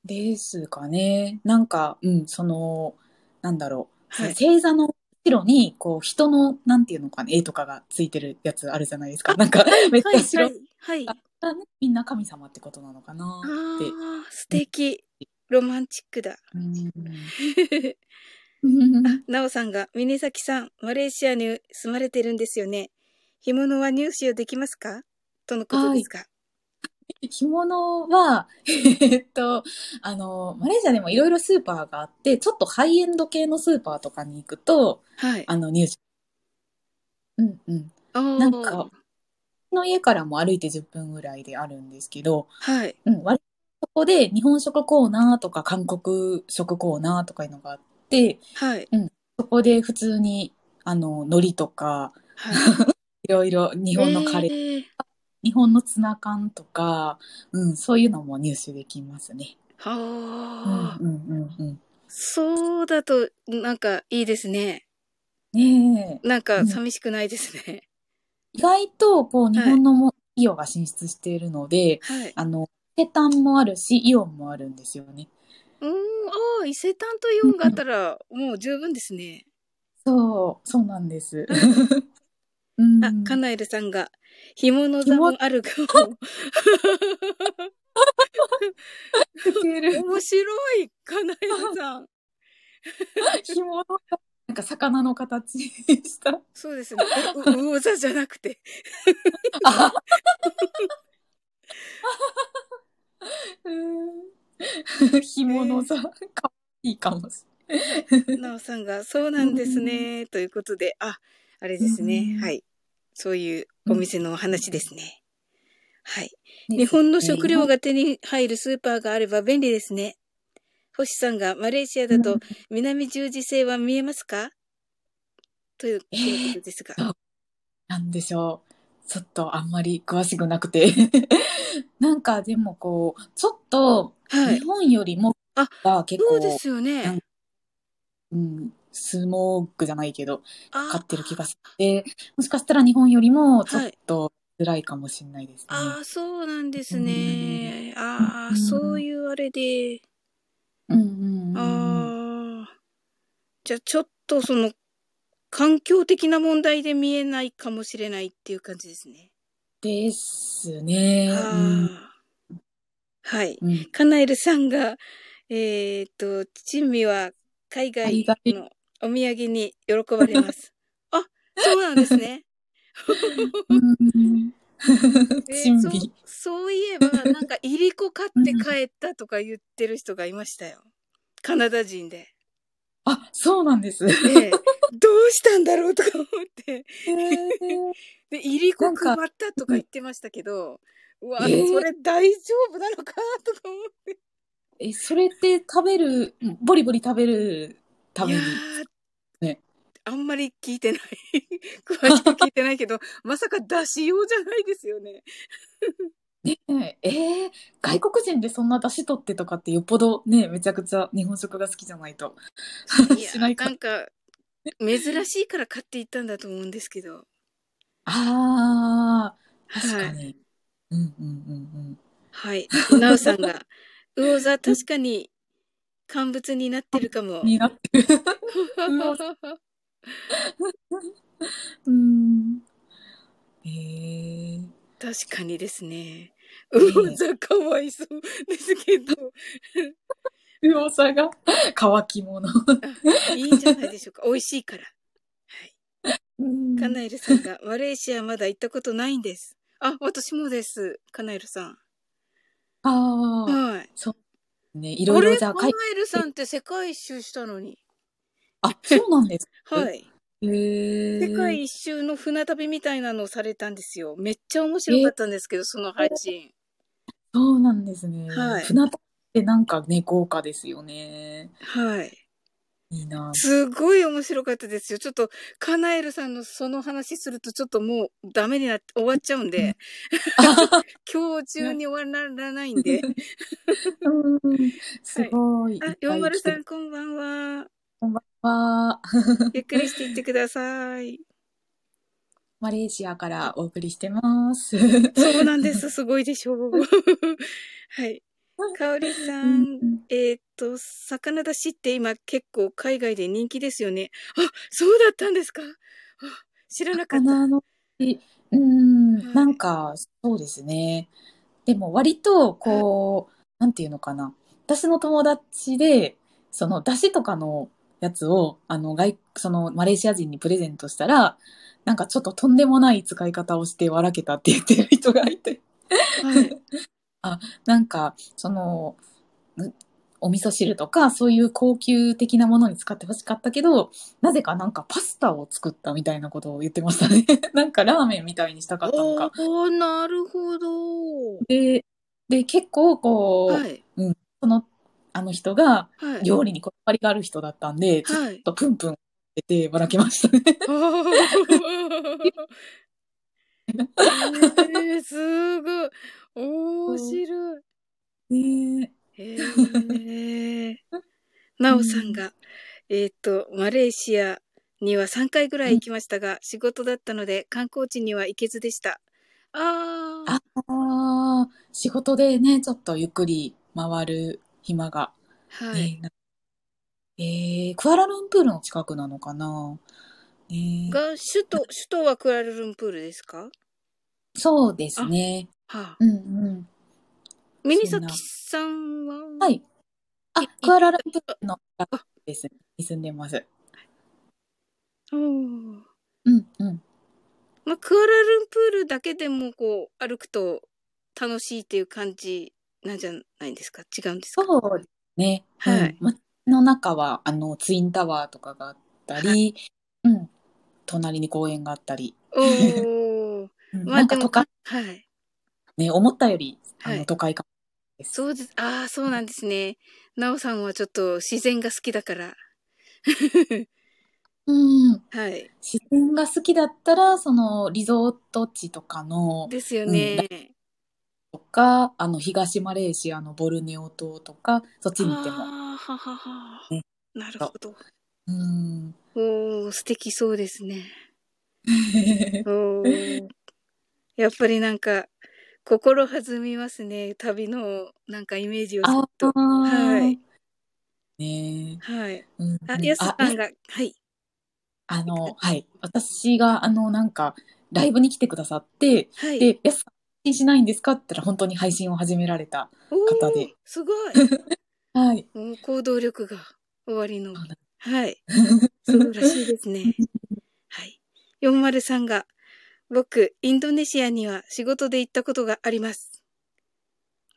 Speaker 2: ですかね。なんか、うん、その、なんだろう。
Speaker 1: はい
Speaker 2: 星座の後ろに、こう、人の、なんていうのかな、絵とかがついてるやつあるじゃないですか。なんか、めっち
Speaker 1: はい、 は
Speaker 2: ゃ白
Speaker 1: い、はい。あ
Speaker 2: がね、みんな神様ってことなのかなって。
Speaker 1: あ、素敵。ロマンチック だ。
Speaker 2: うん。
Speaker 1: なおさんが、峰崎さん、マレーシアに住まれてるんですよね。干物は入手できますかとのことですが。
Speaker 2: 着物は、えっと、あの、マレーシアでもいろいろスーパーがあって、ちょっとハイエンド系のスーパーとかに行くと、
Speaker 1: はい。
Speaker 2: あの、入手。うんうん。
Speaker 1: あー
Speaker 2: なんか、うちの家からも歩いて10分ぐらいであるんですけど、
Speaker 1: はい。
Speaker 2: うん、割とそこで日本食コーナーとか韓国食コーナーとかいうのがあって、
Speaker 1: はい。
Speaker 2: そこで普通に、あの、海苔とか、
Speaker 1: はい。
Speaker 2: いろいろ日本のカレー、
Speaker 1: ー。
Speaker 2: 日本のツナ缶とか、うん、そういうのも入手できますね。うん
Speaker 1: はあ、
Speaker 2: うんうん
Speaker 1: そうだと、なんかいいですね。
Speaker 2: うん。ねえ、
Speaker 1: なんか寂しくないですね。
Speaker 2: 意外と、こう、
Speaker 1: い
Speaker 2: 日本のもイオが進出しているので、
Speaker 1: はい。
Speaker 2: あの、ペタンもあるし、イオンもあるんですよね。
Speaker 1: うーん、ああ、伊勢丹とイオンがあったら、もう十分ですね。
Speaker 2: そう、そうなんです。 うん
Speaker 1: あ、カナエルさんが、ひもの座もあるかも。
Speaker 2: 似てる。
Speaker 1: 面白い、カナエルさん。
Speaker 2: 紐の、なんか魚の形した。
Speaker 1: そうですね。う、う、魚座じゃなくて。
Speaker 2: あうん。紐の座、かわいいかもし
Speaker 1: なおさんが、そうなんですね。ということで、あ、あれですね
Speaker 2: う。ん
Speaker 1: はい。そういうお店のお話ですね。はい。
Speaker 2: れない。
Speaker 1: 日本の食料が手に入るスーパーがあれば便利ですね。星さんがマレーシアだ
Speaker 2: う
Speaker 1: と
Speaker 2: ん
Speaker 1: 南十字星は見えますかということですが。
Speaker 2: なんでしょう。ちょっとあんまり詳しくなく て。なんかでもこう、ちょっと
Speaker 1: はい
Speaker 2: 日。本よりも
Speaker 1: あ
Speaker 2: が結
Speaker 1: そ
Speaker 2: 構、
Speaker 1: うですよね。
Speaker 2: うん、スモークじゃないけど、
Speaker 1: あ
Speaker 2: 買ってる気がして、もしかしたら日本よりもちょ
Speaker 1: は
Speaker 2: っ
Speaker 1: い
Speaker 2: と辛いかもしれないですね。
Speaker 1: ああ、そうなんですね。ああ、
Speaker 2: うん
Speaker 1: そういうあれで。
Speaker 2: うんうんうんうん。
Speaker 1: ああ。じゃあちょっとその、環境的な問題で見えないかもしれないっていう感じですね。
Speaker 2: ですね。うん
Speaker 1: ああ。はい。
Speaker 2: うん、
Speaker 1: カナエルさんが、えっと、珍味は海
Speaker 2: あ
Speaker 1: 外
Speaker 2: りがたい
Speaker 1: のお土産に喜ばれ ます。あ、そうなんですね。
Speaker 2: うんうん
Speaker 1: えー
Speaker 2: 珍
Speaker 1: そう
Speaker 2: 味。
Speaker 1: そういえば、なんか、いりこ買って帰ったとか言ってる人がいました よ。カナダ人で。
Speaker 2: あ、そうなんです。へ
Speaker 1: でどうしたんだろうとか思って。
Speaker 2: ー
Speaker 1: で、いり
Speaker 2: な
Speaker 1: こ
Speaker 2: んか
Speaker 1: 配ったとか言ってましたけど、うわ、
Speaker 2: えー
Speaker 1: それ大丈夫なのかとか思って。
Speaker 2: え、それって食べる、ボリボリ食べるために
Speaker 1: い。やー
Speaker 2: ね
Speaker 1: あんまり聞いて ない。詳しく聞いてないけ ど、まさか出しようじゃないですよね。
Speaker 2: ねえー外国人でそんな出汁取ってとかってよっぽどね、めちゃくちゃ日本食が好きじゃないと。
Speaker 1: いや
Speaker 2: しない
Speaker 1: ー、な
Speaker 2: か。
Speaker 1: んか、珍しいから買っていったんだと思うんですけど。
Speaker 2: ああ、確
Speaker 1: は
Speaker 2: か
Speaker 1: い。
Speaker 2: に。うんうんうん
Speaker 1: はい。なおさん が、魚座確かに乾物になってるかも
Speaker 2: うん。。になってる。うん。えー、
Speaker 1: 確かにですね。魚座かわいそうですけ ど、
Speaker 2: 魚さが乾き物。
Speaker 1: いいじゃないでしょうか。美味しいから。はい。
Speaker 2: うん
Speaker 1: カナエルさんが、マレーシアまだ行ったことないんです。あ、私もです。カナエルさん。
Speaker 2: ああ、
Speaker 1: はい。
Speaker 2: ね、い
Speaker 1: い
Speaker 2: ろいろじゃあ、
Speaker 1: カ
Speaker 2: か
Speaker 1: ナ
Speaker 2: い
Speaker 1: エルさんって世界一周したのに。
Speaker 2: あ、そうなんです。
Speaker 1: はい。
Speaker 2: へえ
Speaker 1: 世界一周の船旅みたいなのをされたんですよ。めっちゃ面白かったんですけど、その配信。
Speaker 2: そうなんですね。
Speaker 1: はい
Speaker 2: 船旅ってなんかね、豪華ですよね。
Speaker 1: はい。
Speaker 2: いいな。
Speaker 1: すごい面白かったですよ。ちょっと、カナエルさんのその話すると、ちょっともうダメになって、終わっちゃうんで、 今日中に終わらないん で。
Speaker 2: うん、すごい。
Speaker 1: あ
Speaker 2: いっ、ぱい
Speaker 1: 40
Speaker 2: 来て
Speaker 1: さ
Speaker 2: る
Speaker 1: ん、こんばんは。
Speaker 2: わー
Speaker 1: ゆっくりしていってください。
Speaker 2: マレーシアからお送りしてます。
Speaker 1: そうなんです。すごいでしょう。 はい。かおりさん、えーっと、魚だしって今結構海外で人気ですよね。あ、そうだったんですかあ知らなかった。
Speaker 2: 魚の味、うん、なんか、そうですね。でも割と、こう、なんていうのかな。私の友達で、その、出汁とかのやつを、あの、外、その、マレーシア人にプレゼントしたら、なんかちょっととんでもない使い方をして笑けたって言ってる人がいて、
Speaker 1: はい。
Speaker 2: なんか、その、んお味噌汁とか、そういう高級的なものに使ってほしかったけど、なぜかなんかパスタを作ったみたいなことを言ってましたね。 なんかラーメンみたいにしたかったの
Speaker 1: お
Speaker 2: か。
Speaker 1: ー、なるほど。
Speaker 2: で、で、結構こう、
Speaker 1: はい。
Speaker 2: その、あの人が
Speaker 1: はい。
Speaker 2: 料理にこだわりがある人だったんで、ちょっ
Speaker 1: は い。
Speaker 2: とプンプン出て笑けまし たね。
Speaker 1: おーえー、すごい。面白い。
Speaker 2: ね
Speaker 1: へーなおさんが、えっ、と、マレーシアには3回ぐらい行きましたが、仕事だったので観光地には行けずでした。あー
Speaker 2: ああー仕事でね、ちょっとゆっくり回る暇が。
Speaker 1: はい。
Speaker 2: ねなえー、クアラルンプールの近くなのかなね。
Speaker 1: が、首都、首都はクアラルンプールですか
Speaker 2: そうですね。
Speaker 1: はあ。
Speaker 2: うんうん。
Speaker 1: ミニサキさんは。
Speaker 2: はいい。あ、クアラルンプールの近くですね。に住んでます。
Speaker 1: うん
Speaker 2: うんうん。
Speaker 1: まあ、クアラルンプールだけでも、こう、歩くと楽しいっていう感じなんじゃないんですか違うんですか
Speaker 2: そうですね。
Speaker 1: はい
Speaker 2: うん街の中は、あの、ツインタワーとかがあったり、うん。隣に公園があったり。
Speaker 1: お ー。
Speaker 2: うん
Speaker 1: まあ
Speaker 2: なんか
Speaker 1: でも
Speaker 2: 都会、
Speaker 1: はい。
Speaker 2: ね、思ったより、あ
Speaker 1: はい
Speaker 2: の、都会感です。
Speaker 1: そうです。ああ、そうなんですね。なおさんはちょっと自然が好きだから。
Speaker 2: うん。
Speaker 1: はい。
Speaker 2: 自然が好きだったら、その、リゾート地とかの、
Speaker 1: ですよね。
Speaker 2: とか、あの、東マレーシアのボルネオ島とか、そっちに行っても。
Speaker 1: ああ、はははは
Speaker 2: ね。
Speaker 1: なるほど。
Speaker 2: うん。
Speaker 1: おー、素敵そうですね。おー。やっぱりなんか、心弾みますね。旅の、なんかイメージをする
Speaker 2: あ
Speaker 1: と。
Speaker 2: ー
Speaker 1: はい。
Speaker 2: ね
Speaker 1: はい。
Speaker 2: え。うん
Speaker 1: あ、やすさ
Speaker 2: あ
Speaker 1: んが、はい。
Speaker 2: あの、はい。私が、あの、なんか、ライブに来てくださって、
Speaker 1: はい。
Speaker 2: で、やすさん配信しないんですかって言ったら、本当に配信を始められた。
Speaker 1: お
Speaker 2: 方
Speaker 1: ー
Speaker 2: で、
Speaker 1: す ごい。
Speaker 2: はい。
Speaker 1: もう行動力が終わりの
Speaker 2: そうな。
Speaker 1: はい。そうらしいですね。はい。403が、僕、インドネシアには仕事で行ったことがあります。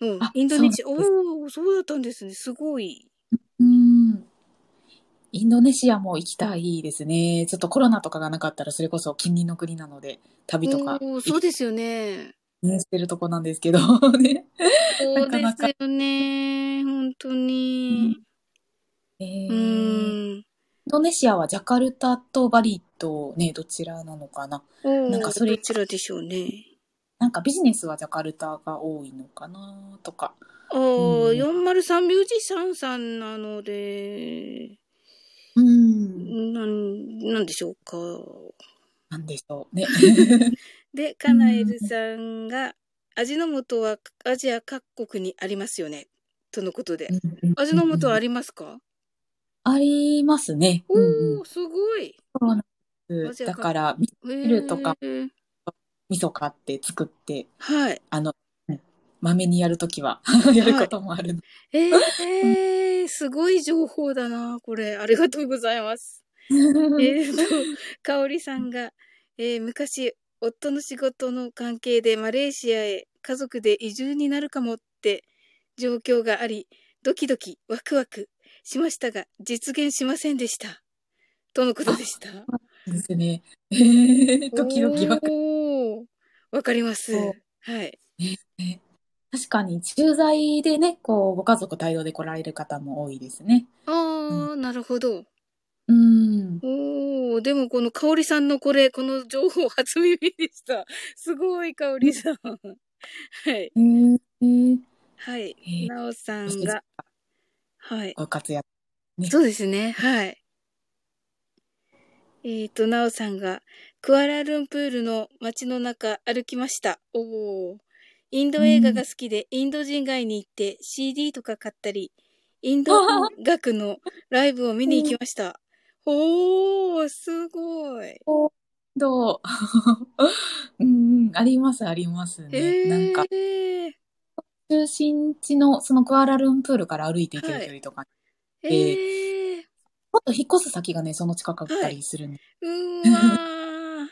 Speaker 1: もう
Speaker 2: あ、
Speaker 1: インドネシア、
Speaker 2: そう
Speaker 1: お
Speaker 2: なんです
Speaker 1: おー、そうだったんですね。すごい。
Speaker 2: うん。インドネシアも行きたいですね。ちょっとコロナとかがなかったら、それこそ近隣の国なので、旅とか、
Speaker 1: おーそうですよね。
Speaker 2: してるとこなんですけど、 ね。
Speaker 1: そうで
Speaker 2: なか
Speaker 1: すよね。本当に。
Speaker 2: え
Speaker 1: う
Speaker 2: ーイン
Speaker 1: ーん。
Speaker 2: ドネシアはジャカルタとバリとね、どちらなのかな。
Speaker 1: お
Speaker 2: なん
Speaker 1: お
Speaker 2: かそれ
Speaker 1: どちらでしょうね。
Speaker 2: なんかビジネスはジャカルタが多いのかなとか。
Speaker 1: おお
Speaker 2: うん
Speaker 1: 403ミュージシャンさんなので、
Speaker 2: うん。
Speaker 1: なん、なんでしょうか。
Speaker 2: なんでしょうね。
Speaker 1: で、カナエルさんが、味の素はアジア各国にありますよね。とのことで。味の素はありますか、
Speaker 2: ありますね。
Speaker 1: お
Speaker 2: うんうん
Speaker 1: おー、すごい。
Speaker 2: そうなん
Speaker 1: ア
Speaker 2: で
Speaker 1: ジ
Speaker 2: す。
Speaker 1: ア
Speaker 2: だ
Speaker 1: 各
Speaker 2: から、み
Speaker 1: へー
Speaker 2: ビルとか。味噌買って作って、
Speaker 1: はい。
Speaker 2: あの、うん豆にやるときはやることもあるの。
Speaker 1: えー、すごい情報だな、これ。ありがとうございます。えーと、かおりさんが、えー昔、夫の仕事の関係でマレーシアへ家族で移住になるかもって状況があり、ドキドキ、ワクワクしましたが、実現しませんでした。とのことでした。
Speaker 2: ですね。えー、時々わかる。
Speaker 1: おーわかります。
Speaker 2: そ
Speaker 1: はい。
Speaker 2: 確かに、駐在でね、こう、ご家族帯同で来られる方も多いですね。
Speaker 1: あー、なるほど。
Speaker 2: うん。
Speaker 1: おー、でもこの香織さんのこれ、この情報初耳でした。すごい、香織さん。 はい。
Speaker 2: えー、えー
Speaker 1: はい。
Speaker 2: えー
Speaker 1: なおさんが、はい。
Speaker 2: ご活躍。
Speaker 1: そうですね、はい。えっ、と、なおさんが、クアラルンプールの街の中歩きました。おお。インド映画が好きで、インド人街に行って CD とか買ったり、インド音楽のライブを見に行きました。おお、すごい。
Speaker 2: ど ううんうん、あります、あります
Speaker 1: へ
Speaker 2: ね。
Speaker 1: え。
Speaker 2: なんか、中心地の、そのクアラルンプールから歩いていける距離とか、
Speaker 1: ええ。
Speaker 2: もっと引っ越す先がね、その近かったりするんで。
Speaker 1: うーわ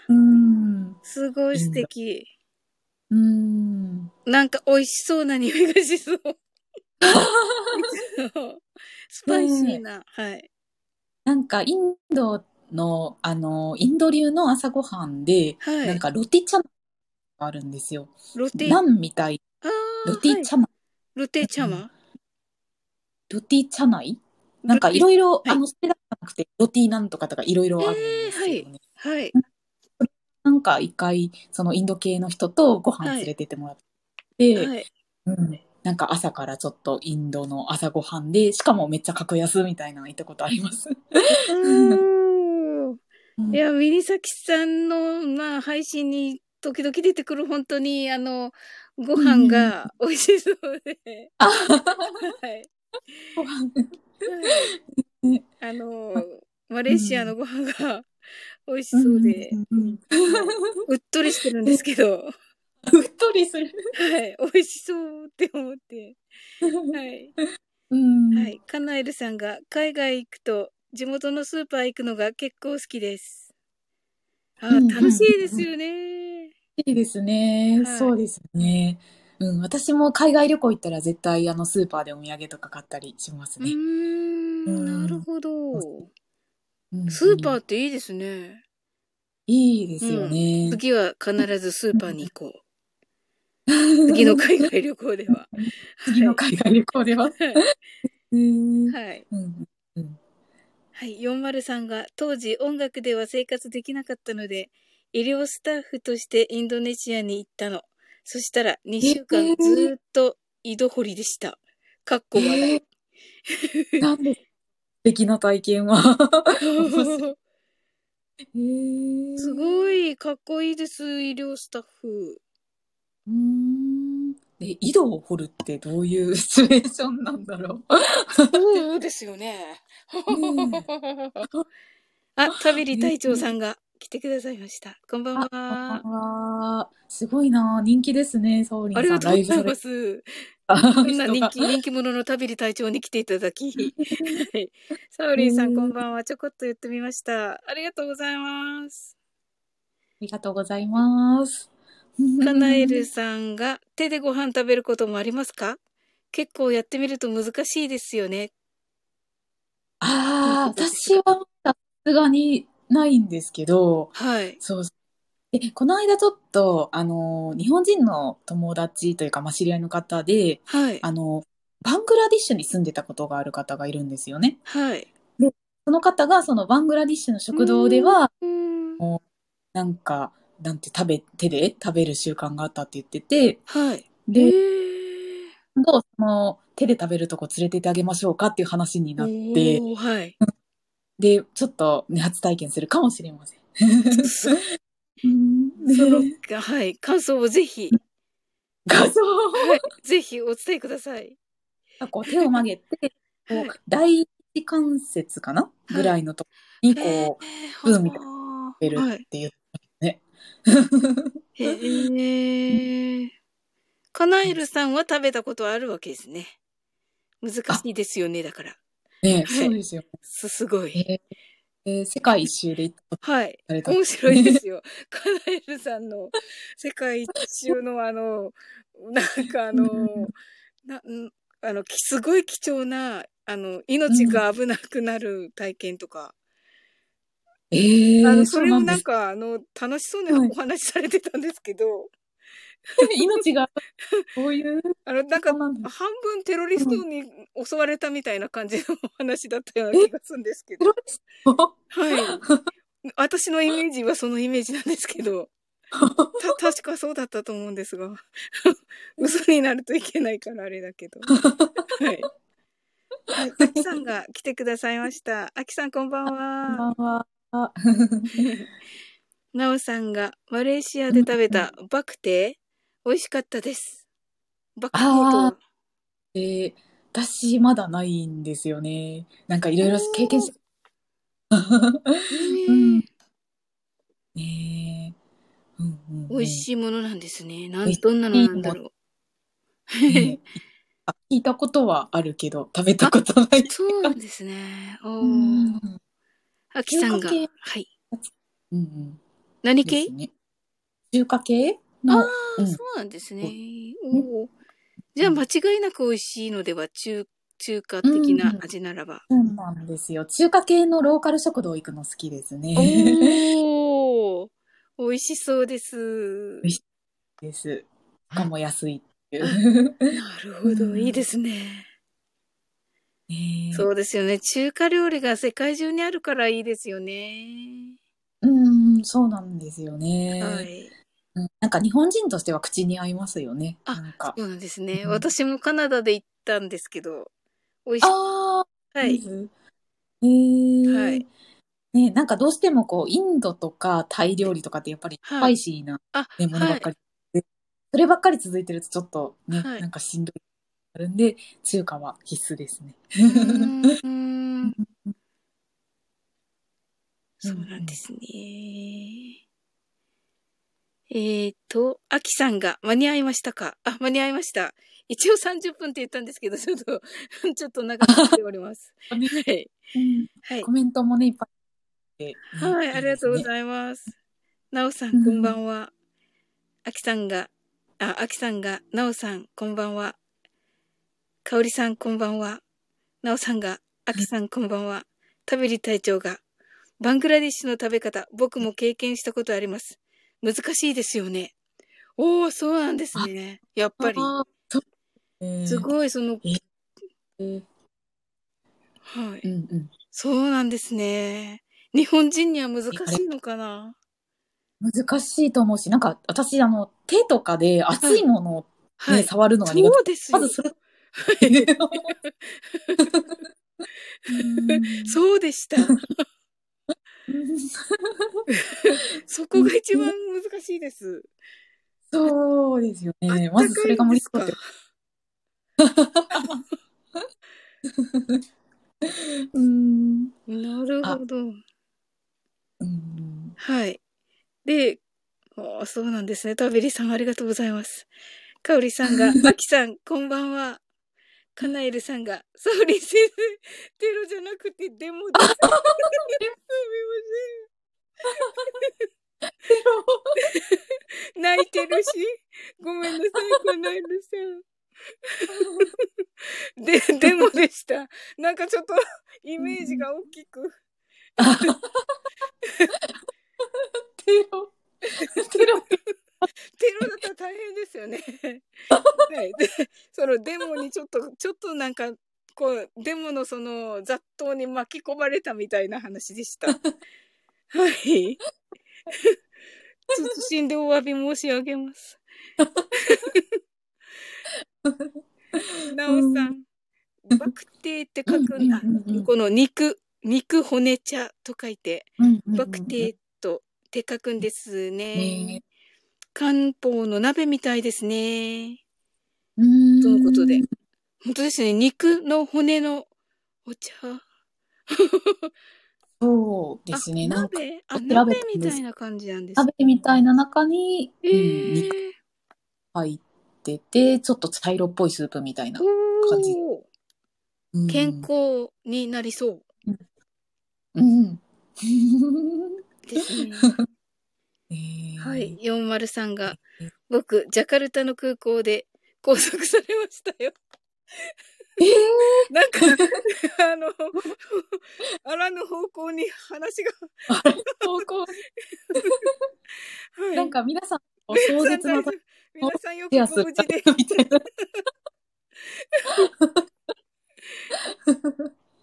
Speaker 1: ー。
Speaker 2: うん。
Speaker 1: すごい素敵。
Speaker 2: うん。
Speaker 1: なんか美味しそうな匂いがし そう。スパイシーな。はい。
Speaker 2: なんか、インドの、あの、インド流の朝ごはんで、
Speaker 1: はい
Speaker 2: なんか、ロティチャナがあるんですよ。
Speaker 1: ロテ、
Speaker 2: ナンみたい。
Speaker 1: あー
Speaker 2: ロティチャナ、
Speaker 1: ロテチャマ
Speaker 2: ロティチャナイなんか、いろいろ、
Speaker 1: はい
Speaker 2: あの、それだけじゃなくて、ロティなんとかとか、いろいろあるんですけどね。
Speaker 1: はい。
Speaker 2: なんか、一回、その、インド系の人とご飯連れてってもらって、
Speaker 1: はい。
Speaker 2: うん。なんか朝からちょっとインドの朝ごはんで、しかもめっちゃ格安みたいなの行ったことあります。
Speaker 1: うーん
Speaker 2: うん
Speaker 1: いや、ミニサキさんの、まあ、配信に時々出てくる本当に、あの、ご飯が美味しそうで。
Speaker 2: あ
Speaker 1: はい。
Speaker 2: ご飯
Speaker 1: はいあの、マレーシアのご飯が美味しそうで、
Speaker 2: んうんうん
Speaker 1: うっとりしてるんですけど、は
Speaker 2: うっとりする。
Speaker 1: い、 美味しそうって思って。 はい。
Speaker 2: うん
Speaker 1: はい。カナエルさんが海外行くと地元のスーパー行くのが結構好きです。あ
Speaker 2: うん
Speaker 1: ー、楽しいですよね。
Speaker 2: いいですね。
Speaker 1: はい
Speaker 2: そうですね。うん、私も海外旅行行ったら絶対あのスーパーでお土産とか買ったりします
Speaker 1: うー
Speaker 2: ね。
Speaker 1: ん、なるほど。
Speaker 2: うんうん
Speaker 1: スーパーっていいですね。
Speaker 2: いいですよね。
Speaker 1: 次は必ずスーパーに行こう。次の海外旅行では。
Speaker 2: 次の海外旅行では。
Speaker 1: はい
Speaker 2: うん
Speaker 1: はい。
Speaker 2: うん
Speaker 1: はい。40さんが当時音楽では生活できなかったので、医療スタッフとしてインドネシアに行ったの。そしたら2週間ずーっと井戸掘りでした。かっこ笑 い。
Speaker 2: なんで素敵な体験 は。
Speaker 1: す
Speaker 2: い。
Speaker 1: ごいかっこいいです、医療スタッフ。
Speaker 2: うん。で、井戸を掘るってどういうシチュエーションなんだろう。
Speaker 1: そうですよね。 あ、タビリ隊長さんが来てくださいました。こんばん
Speaker 2: あ、
Speaker 1: は。
Speaker 2: あーすごいな。人気ですね、サオリン
Speaker 1: あ
Speaker 2: さん。
Speaker 1: りがとうござい
Speaker 2: ライブ
Speaker 1: ま
Speaker 2: さ
Speaker 1: す。
Speaker 2: れた
Speaker 1: こんな
Speaker 2: 人
Speaker 1: 人
Speaker 2: が
Speaker 1: 気、人気者のタビリ隊長に来ていただき。はい。サオリンさん、こんばんは。ちょこっと言ってみました。ありがとうございます。
Speaker 2: ありがとうございます。
Speaker 1: カナエルさんが、手でご飯食べることもありますか結構やってみると難しいですよね。
Speaker 2: ああ、私はさすがにないんですけど、
Speaker 1: はい。
Speaker 2: そうそう。で、この間ちょっと、あの、日本人の友達というか、まあ、知り合いの方で、
Speaker 1: はい。
Speaker 2: あの、バングラディッシュに住んでたことがある方がいるんですよね。
Speaker 1: はい。
Speaker 2: その方が、そのバングラディッシュの食堂では、
Speaker 1: うーん。
Speaker 2: なんか、なんて食べ、手で食べる習慣があったって言ってて、
Speaker 1: はい。
Speaker 2: で、
Speaker 1: へー
Speaker 2: 今度、その、手で食べるとこ連れてってあげましょうかっていう話になって、
Speaker 1: おー はい。
Speaker 2: で、ちょっとね、初体験するかもしれません。
Speaker 1: そ
Speaker 2: その
Speaker 1: の、はい。感想をぜひ、
Speaker 2: 画像
Speaker 1: はい。ぜひお伝えください。
Speaker 2: こう手を曲げて、こ
Speaker 1: は
Speaker 2: う
Speaker 1: い、
Speaker 2: 第一関節かなぐらいのとこにこう、
Speaker 1: う
Speaker 2: ブーみたい
Speaker 1: 食
Speaker 2: 食べる
Speaker 1: はい
Speaker 2: っ。ていうね。
Speaker 1: へえ。カナエルさんは食べたことあるわけですね。難しいですよね、だから。
Speaker 2: ねそうですよ。
Speaker 1: す、すごい。
Speaker 2: えー世界一周で行ったこ
Speaker 1: はい。
Speaker 2: とされた。
Speaker 1: 面白いですよ。 カナエルさんの世界一周のあの、なんかあの、な、んあの、きすごい貴重な、あの、命が危なくなる体験とか、
Speaker 2: えー
Speaker 1: あの、
Speaker 2: そ
Speaker 1: そうれ
Speaker 2: な
Speaker 1: を
Speaker 2: んで
Speaker 1: なん
Speaker 2: す。
Speaker 1: か、あの、楽しそうなお話されてたんですけど、
Speaker 2: 命が、 こういう、
Speaker 1: あの、 なんか
Speaker 2: そうなんです。
Speaker 1: 半分テロリストに襲われたみたいな感じのお話だったような気がするんですけど。 はい。私のイメージはそのイメージなんですけ ど、た、確かそうだったと思うんですが、 嘘になるといけないからあれだけど。はい。はい。アキさんが来てくださいました。アキさんこんばん
Speaker 2: こん
Speaker 1: は。
Speaker 2: ばんは。
Speaker 1: ナオさんがマレーシアで食べたバクテー、美味しかったです。バクテーとは
Speaker 2: あで、私まだないんですよね。なんかいろいろ経験して。うんねえ。うんうんうん
Speaker 1: 美味しいものなんですね。なん
Speaker 2: 美味しい
Speaker 1: どんなのなんだろう。
Speaker 2: ねあ聞いたことはあるけど、食べたことない。
Speaker 1: そうなんですね。お
Speaker 2: う
Speaker 1: ー
Speaker 2: ん。
Speaker 1: あきさんが、
Speaker 2: 中華系
Speaker 1: はい。
Speaker 2: うんうん。
Speaker 1: 何
Speaker 2: で
Speaker 1: 系
Speaker 2: すね。中華系
Speaker 1: あ
Speaker 2: の、
Speaker 1: あ、
Speaker 2: うん
Speaker 1: そうなんですね。おお。じゃあ間違いなく美味しいのでは、中、中華的な味ならば。
Speaker 2: そうなんですよ。中華系のローカル食堂行くの好きですね。
Speaker 1: おお。美味しそうです。
Speaker 2: 味しです。しかも安いっていう。
Speaker 1: なるほど、
Speaker 2: うん
Speaker 1: いいですね。
Speaker 2: ねえ
Speaker 1: そうですよね。中華料理が世界中にあるからいいですよね。
Speaker 2: うん、そうなんですよね。
Speaker 1: はい。
Speaker 2: うんなんか日本人としては口に合いますよね。
Speaker 1: あ
Speaker 2: なんか。
Speaker 1: そうなんですね。
Speaker 2: うん
Speaker 1: 私もカナダで行ったんですけど、美味し
Speaker 2: あ
Speaker 1: い。
Speaker 2: あ、
Speaker 1: は
Speaker 2: ビ
Speaker 1: い。
Speaker 2: ーズへえ
Speaker 1: はい
Speaker 2: ね、なんかどうしてもこう、インドとかタイ料理とかってやっぱりスパイシーな、
Speaker 1: あ、
Speaker 2: ね、ものば
Speaker 1: は
Speaker 2: っ
Speaker 1: い
Speaker 2: か。りで、そればっかり続いてるとちょっとね、
Speaker 1: はい
Speaker 2: なんかしんどいあるんで、中華は必須ですね。
Speaker 1: うーんそうなんですね。えっ、と、あきさんが間に合いましたかあ、間に合いました。一応30分って言ったんですけど、ちょっと、 ちょっと長くなっており ます。はい。
Speaker 2: うん
Speaker 1: はい
Speaker 2: コ。メントもね、いっぱい、ね
Speaker 1: はい、ありがとうご
Speaker 2: い
Speaker 1: ざいます。なおさ
Speaker 2: うん
Speaker 1: ん、こんばんは。あきさんが、あ、あきさんが、なおさん、こんばんは。かおりさん、こんばんは。なおさんが、あきさん、こんばんは。たべり隊長が、バングラディッシュの食べ方、僕も経験したことあります。難しいですよね。おー、そうなんですね。やっぱり。
Speaker 2: り
Speaker 1: すごい、その、
Speaker 2: い。
Speaker 1: はい。
Speaker 2: うんうん。
Speaker 1: そうなんですね。日本人には難しいのかな
Speaker 2: 難しいと思うし、なんか私、あの、手とかで熱いものをね、
Speaker 1: はい。そ
Speaker 2: 触るのが苦
Speaker 1: うです
Speaker 2: 手。
Speaker 1: よ
Speaker 2: まずそれ。 う
Speaker 1: そうで した。
Speaker 2: ん。
Speaker 1: そこが一番難しいです。
Speaker 2: そうですよ
Speaker 1: あったか
Speaker 2: ね
Speaker 1: い。
Speaker 2: まずそれが無理そうって
Speaker 1: で。
Speaker 2: うん。
Speaker 1: なるほど。
Speaker 2: うん。
Speaker 1: はい。で、おーそうなんですね。たべりさんありがとうございます。かおりさん が、あきさん、こんばんは。かなえるさんが、サオリン先生、テロじゃなくてデモです。すみません。 泣いてるし。ごめんなさい、かなえる さん。で、デモでした。なんかちょっと、イメージが大きく。
Speaker 2: テロ。テロ。
Speaker 1: テロだったら大変ですよね。はい。で、そのデモにちょっと、ちょっとなんか、こう、デモのその雑踏に巻き込まれたみたいな話でした。はい。ちょっと死んでお詫び申し上げます。なおさん、バクテーって書くんだ
Speaker 2: うんうんうんう。ん
Speaker 1: この肉、肉骨茶と書いて、
Speaker 2: うん
Speaker 1: バクテーとって書くんですね
Speaker 2: ね。
Speaker 1: 漢方の鍋みたいですね。
Speaker 2: うん。
Speaker 1: とのことで。本当ですね。肉の骨のお茶。
Speaker 2: そうですね。
Speaker 1: あ
Speaker 2: なんか、
Speaker 1: 鍋あ、
Speaker 2: 調べたん
Speaker 1: 鍋
Speaker 2: です
Speaker 1: みたいな感じなんですね。
Speaker 2: 鍋みたいな中に、
Speaker 1: え
Speaker 2: うん
Speaker 1: ー
Speaker 2: 肉、入ってて、ちょっと茶色っぽいスープみたいな。感じ
Speaker 1: おー
Speaker 2: うん
Speaker 1: 健。康になりそう
Speaker 2: うん。
Speaker 1: です ね。は。。
Speaker 2: はい
Speaker 1: 40さんが、僕、ジャカルタの空港で拘束されましたよ。
Speaker 2: え ー
Speaker 1: なんか、あの、 あらぬ方向に話が。
Speaker 2: 投稿
Speaker 1: はい
Speaker 2: なんか皆さん、お壮絶な時
Speaker 1: 皆さんよく
Speaker 2: シェ
Speaker 1: ご
Speaker 2: アする
Speaker 1: 無事で。
Speaker 2: みたい な。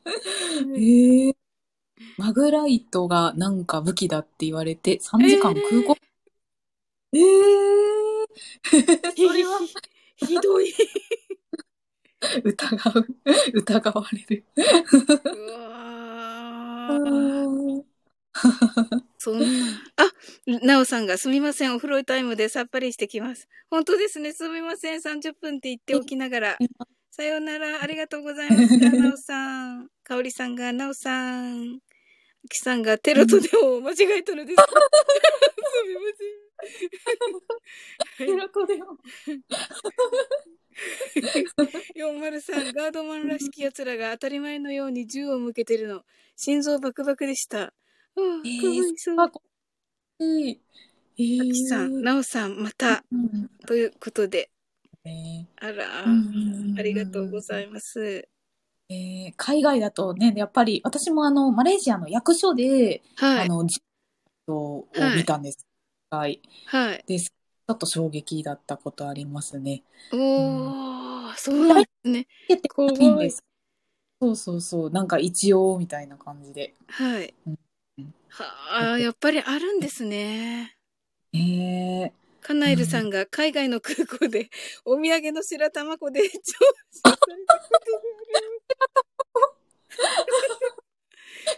Speaker 2: えーマグライトがなんか武器だって言われて、3時間空港。えー、それは
Speaker 1: ひひ どい。
Speaker 2: 疑う、 疑われる。
Speaker 1: うわー
Speaker 2: うん
Speaker 1: そ んな。あ、なおさんがすみません。お風呂タイムでさっぱりしてきます。本当ですね。すみません。30分って言っておきながら。さようなら。ありがとうございま した。なおさん。かおりさんが、なおさん。あきさんがテロとデ モを間違えたのです。すみません。403ガードマンらしき奴らが当たり前のように銃を向けてるの。心臓バクバクでした。あ
Speaker 2: え
Speaker 1: あ、
Speaker 2: ー
Speaker 1: かわいそう。
Speaker 2: あ
Speaker 1: あ
Speaker 2: こいい。えー
Speaker 1: きさん、なおさん、また。
Speaker 2: うん
Speaker 1: ということで、
Speaker 2: ね
Speaker 1: あら、
Speaker 2: うん
Speaker 1: ありがとうございます。
Speaker 2: えー海外だとね、やっぱり私もあのマレーシアの役所で、
Speaker 1: は
Speaker 2: あ
Speaker 1: い。
Speaker 2: の、ジュを
Speaker 1: はい
Speaker 2: 見たんです。はい。
Speaker 1: はい。
Speaker 2: です。ちょっと衝撃だったことありますね。
Speaker 1: おー、そうなんですね。
Speaker 2: でて
Speaker 1: 怖い
Speaker 2: いんです。そうそうそう。なんか一応みたいな感じで。
Speaker 1: はい
Speaker 2: うん。
Speaker 1: はあ、やっぱりあるんですね。
Speaker 2: えー、
Speaker 1: カナエルさんが海外の空港でお土産の白玉粉で調査されたことがあり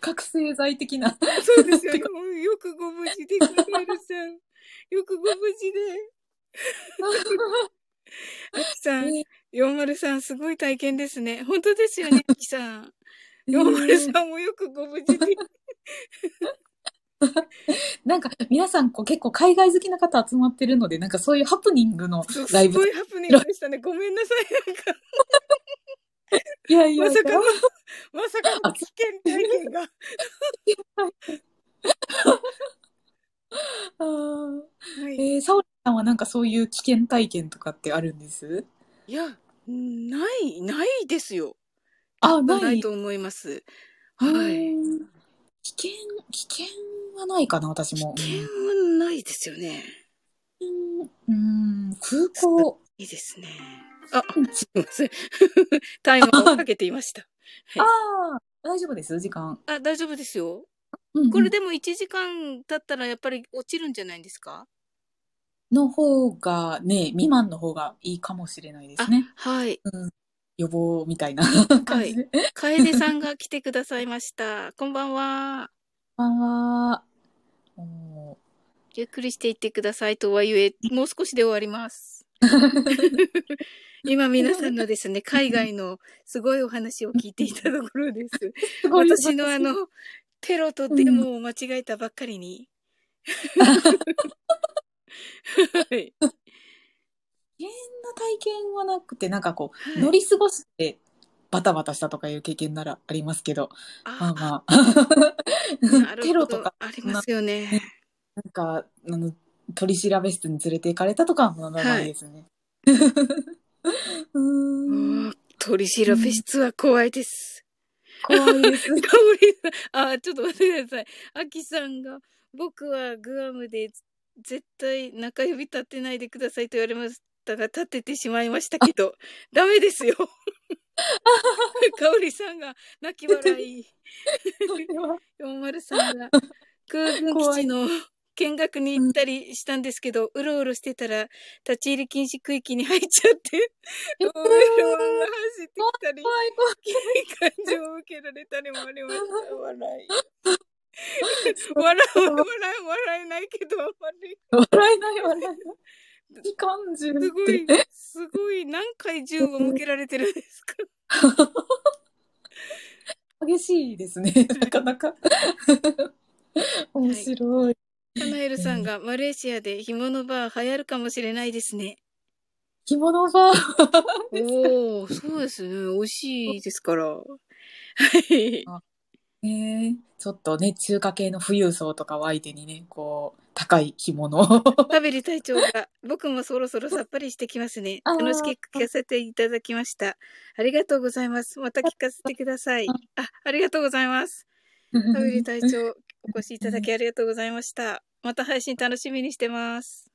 Speaker 2: 覚醒剤的 な。
Speaker 1: ます。そうですよね。もうよくご無事で、カナエルさ ん。よくご無事で。アキさん
Speaker 2: ね、
Speaker 1: 403すごい体験ですね。本当ですよね、アキさん。403もよくご無事で。
Speaker 2: なんか皆さんこう結構海外好きな方集まってるので、なんかそういうハプニングのライ
Speaker 1: すご
Speaker 2: ブ。
Speaker 1: いハプニングで したね。ごめんなさい。なんか
Speaker 2: いやいや、
Speaker 1: まさかの
Speaker 2: いや、
Speaker 1: まさかの危険体験が。
Speaker 2: あー
Speaker 1: はい。
Speaker 2: えー、沙織さんはなんかそういう危険体験とかってあるんです
Speaker 1: いや、ない、ないですよ。
Speaker 2: あ、
Speaker 1: な
Speaker 2: ないい。
Speaker 1: と思います。
Speaker 2: は
Speaker 1: はいい。。
Speaker 2: 危険、危険はないかな、私も。
Speaker 1: 危険はないですよね。
Speaker 2: うん、うん空港。
Speaker 1: いいですね。あ、すいませ ん。タイマーをかけていました。
Speaker 2: あ
Speaker 1: は
Speaker 2: あ、大丈夫です、時間。
Speaker 1: い。あ、大丈夫ですよ。
Speaker 2: うんうん
Speaker 1: これでも1時間経ったらやっぱり落ちるんじゃないんですか
Speaker 2: の方がね、未満の方がいいかもしれないですね。
Speaker 1: はい。
Speaker 2: 予防みたいな感じで。こん
Speaker 1: 楓さんが来てくださいました。こんばんは。
Speaker 2: ばんは。お
Speaker 1: ゆっくりしていってくださいとはゆ え、もう少しで終わります。今皆さんのですね、海外のすごいお話を聞いていたところです。
Speaker 2: ー すごい
Speaker 1: 私のあの、テロとデモを間違えたばっかり に。はい。
Speaker 2: そんな体験はなくて、なんかこう、
Speaker 1: はい
Speaker 2: 乗り過ごしてバタバタしたとかいう経験ならありますけど、まあ
Speaker 1: あ、
Speaker 2: まあ。
Speaker 1: なる
Speaker 2: テ
Speaker 1: ほ
Speaker 2: ロと
Speaker 1: ど
Speaker 2: か、。
Speaker 1: ありますよね。
Speaker 2: なんか、あの、取り調べ室に連れて行かれたとかはならないですね。
Speaker 1: う
Speaker 2: うーん、
Speaker 1: ん取り調べ室は怖いです。
Speaker 2: 怖いです。
Speaker 1: 香織さん、あ、ちょっと待ってください。アキさんが、僕はグアムで絶対中指立てないでくださいと言われましたが、立ててしまいましたけど、ダメです よ。香織さんが泣き笑い。
Speaker 2: それは
Speaker 1: 403が空軍基地の見学に行ったりしたんですけど、うろうろしてたら立ち入り禁止区域に入っちゃって、い ろんな走ってきたり、
Speaker 2: 怖い怖い。
Speaker 1: 感情を受けられたりもありました。笑い。笑う、笑う、笑えないけど、あんまり。
Speaker 2: 笑えない笑えない。時間じる
Speaker 1: すごい
Speaker 2: って。、
Speaker 1: すごい、何回銃を向けられてるんです か
Speaker 2: 激しいですね。なかなか。面白い。
Speaker 1: カナエルさんが、マレーシアで干物バー流行るかもしれないですね。
Speaker 2: 着物バー。
Speaker 1: おお、そうですね。美味しいです から。はい。
Speaker 2: ねちょっとね、中華系の富裕層とかを相手にね、こう、高い着物。
Speaker 1: パベリ隊長が、僕もそろそろさっぱりしてきますね。
Speaker 2: あー
Speaker 1: 楽しく聞かせていただきました。ありがとうございます。また聞かせてください。あ、ありがとうございます。パベリ隊長、お越しいただきありがとうございました。また配信楽しみにしてます。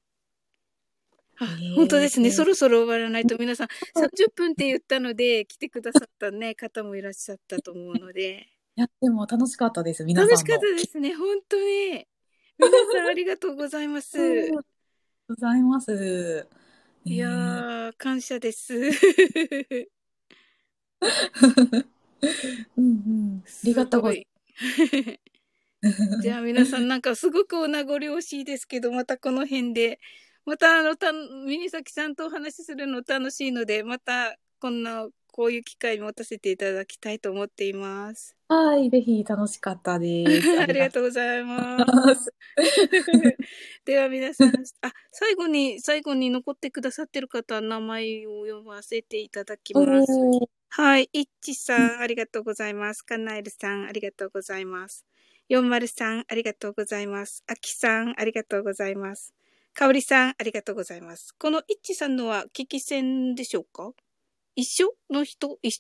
Speaker 1: あ
Speaker 2: ねえ、
Speaker 1: 本当ですね。そろそろ終わらないと皆さん、30分って言ったので、来てくださったね、方もいらっしゃったと思うので。
Speaker 2: い や、でも楽しかったです、皆さんの。
Speaker 1: 楽しかったですね、本当に。皆さんありがとうござい ます。
Speaker 2: ありがとうございます。ね
Speaker 1: いやー、感謝です。
Speaker 2: うんうん。ありがとうござい
Speaker 1: ます。
Speaker 2: ます。
Speaker 1: じゃあ皆さんなんかすごくお名残惜しいですけど、またこの辺で、またあの、た、ミニサキさんとお話しするの楽しいので、またこんな、こういう機会持たせていただきたいと思ってい ます。
Speaker 2: はい、ぜひ楽しかったです。
Speaker 1: ありが
Speaker 2: と
Speaker 1: とうございます
Speaker 2: う。ございます。
Speaker 1: では皆さん、あ、最後に、最後に残ってくださってる方、名前を読ませていただきます。
Speaker 2: おー
Speaker 1: はい、いっちさん、ありがとうございます。かなえるさん、ありがとうございます。よんまるさん、ありがとうございます。あきさん、ありがとうございます。かおりさん、ありがとうございます。このいっちさんのは、聞き戦でしょうか一緒の人、一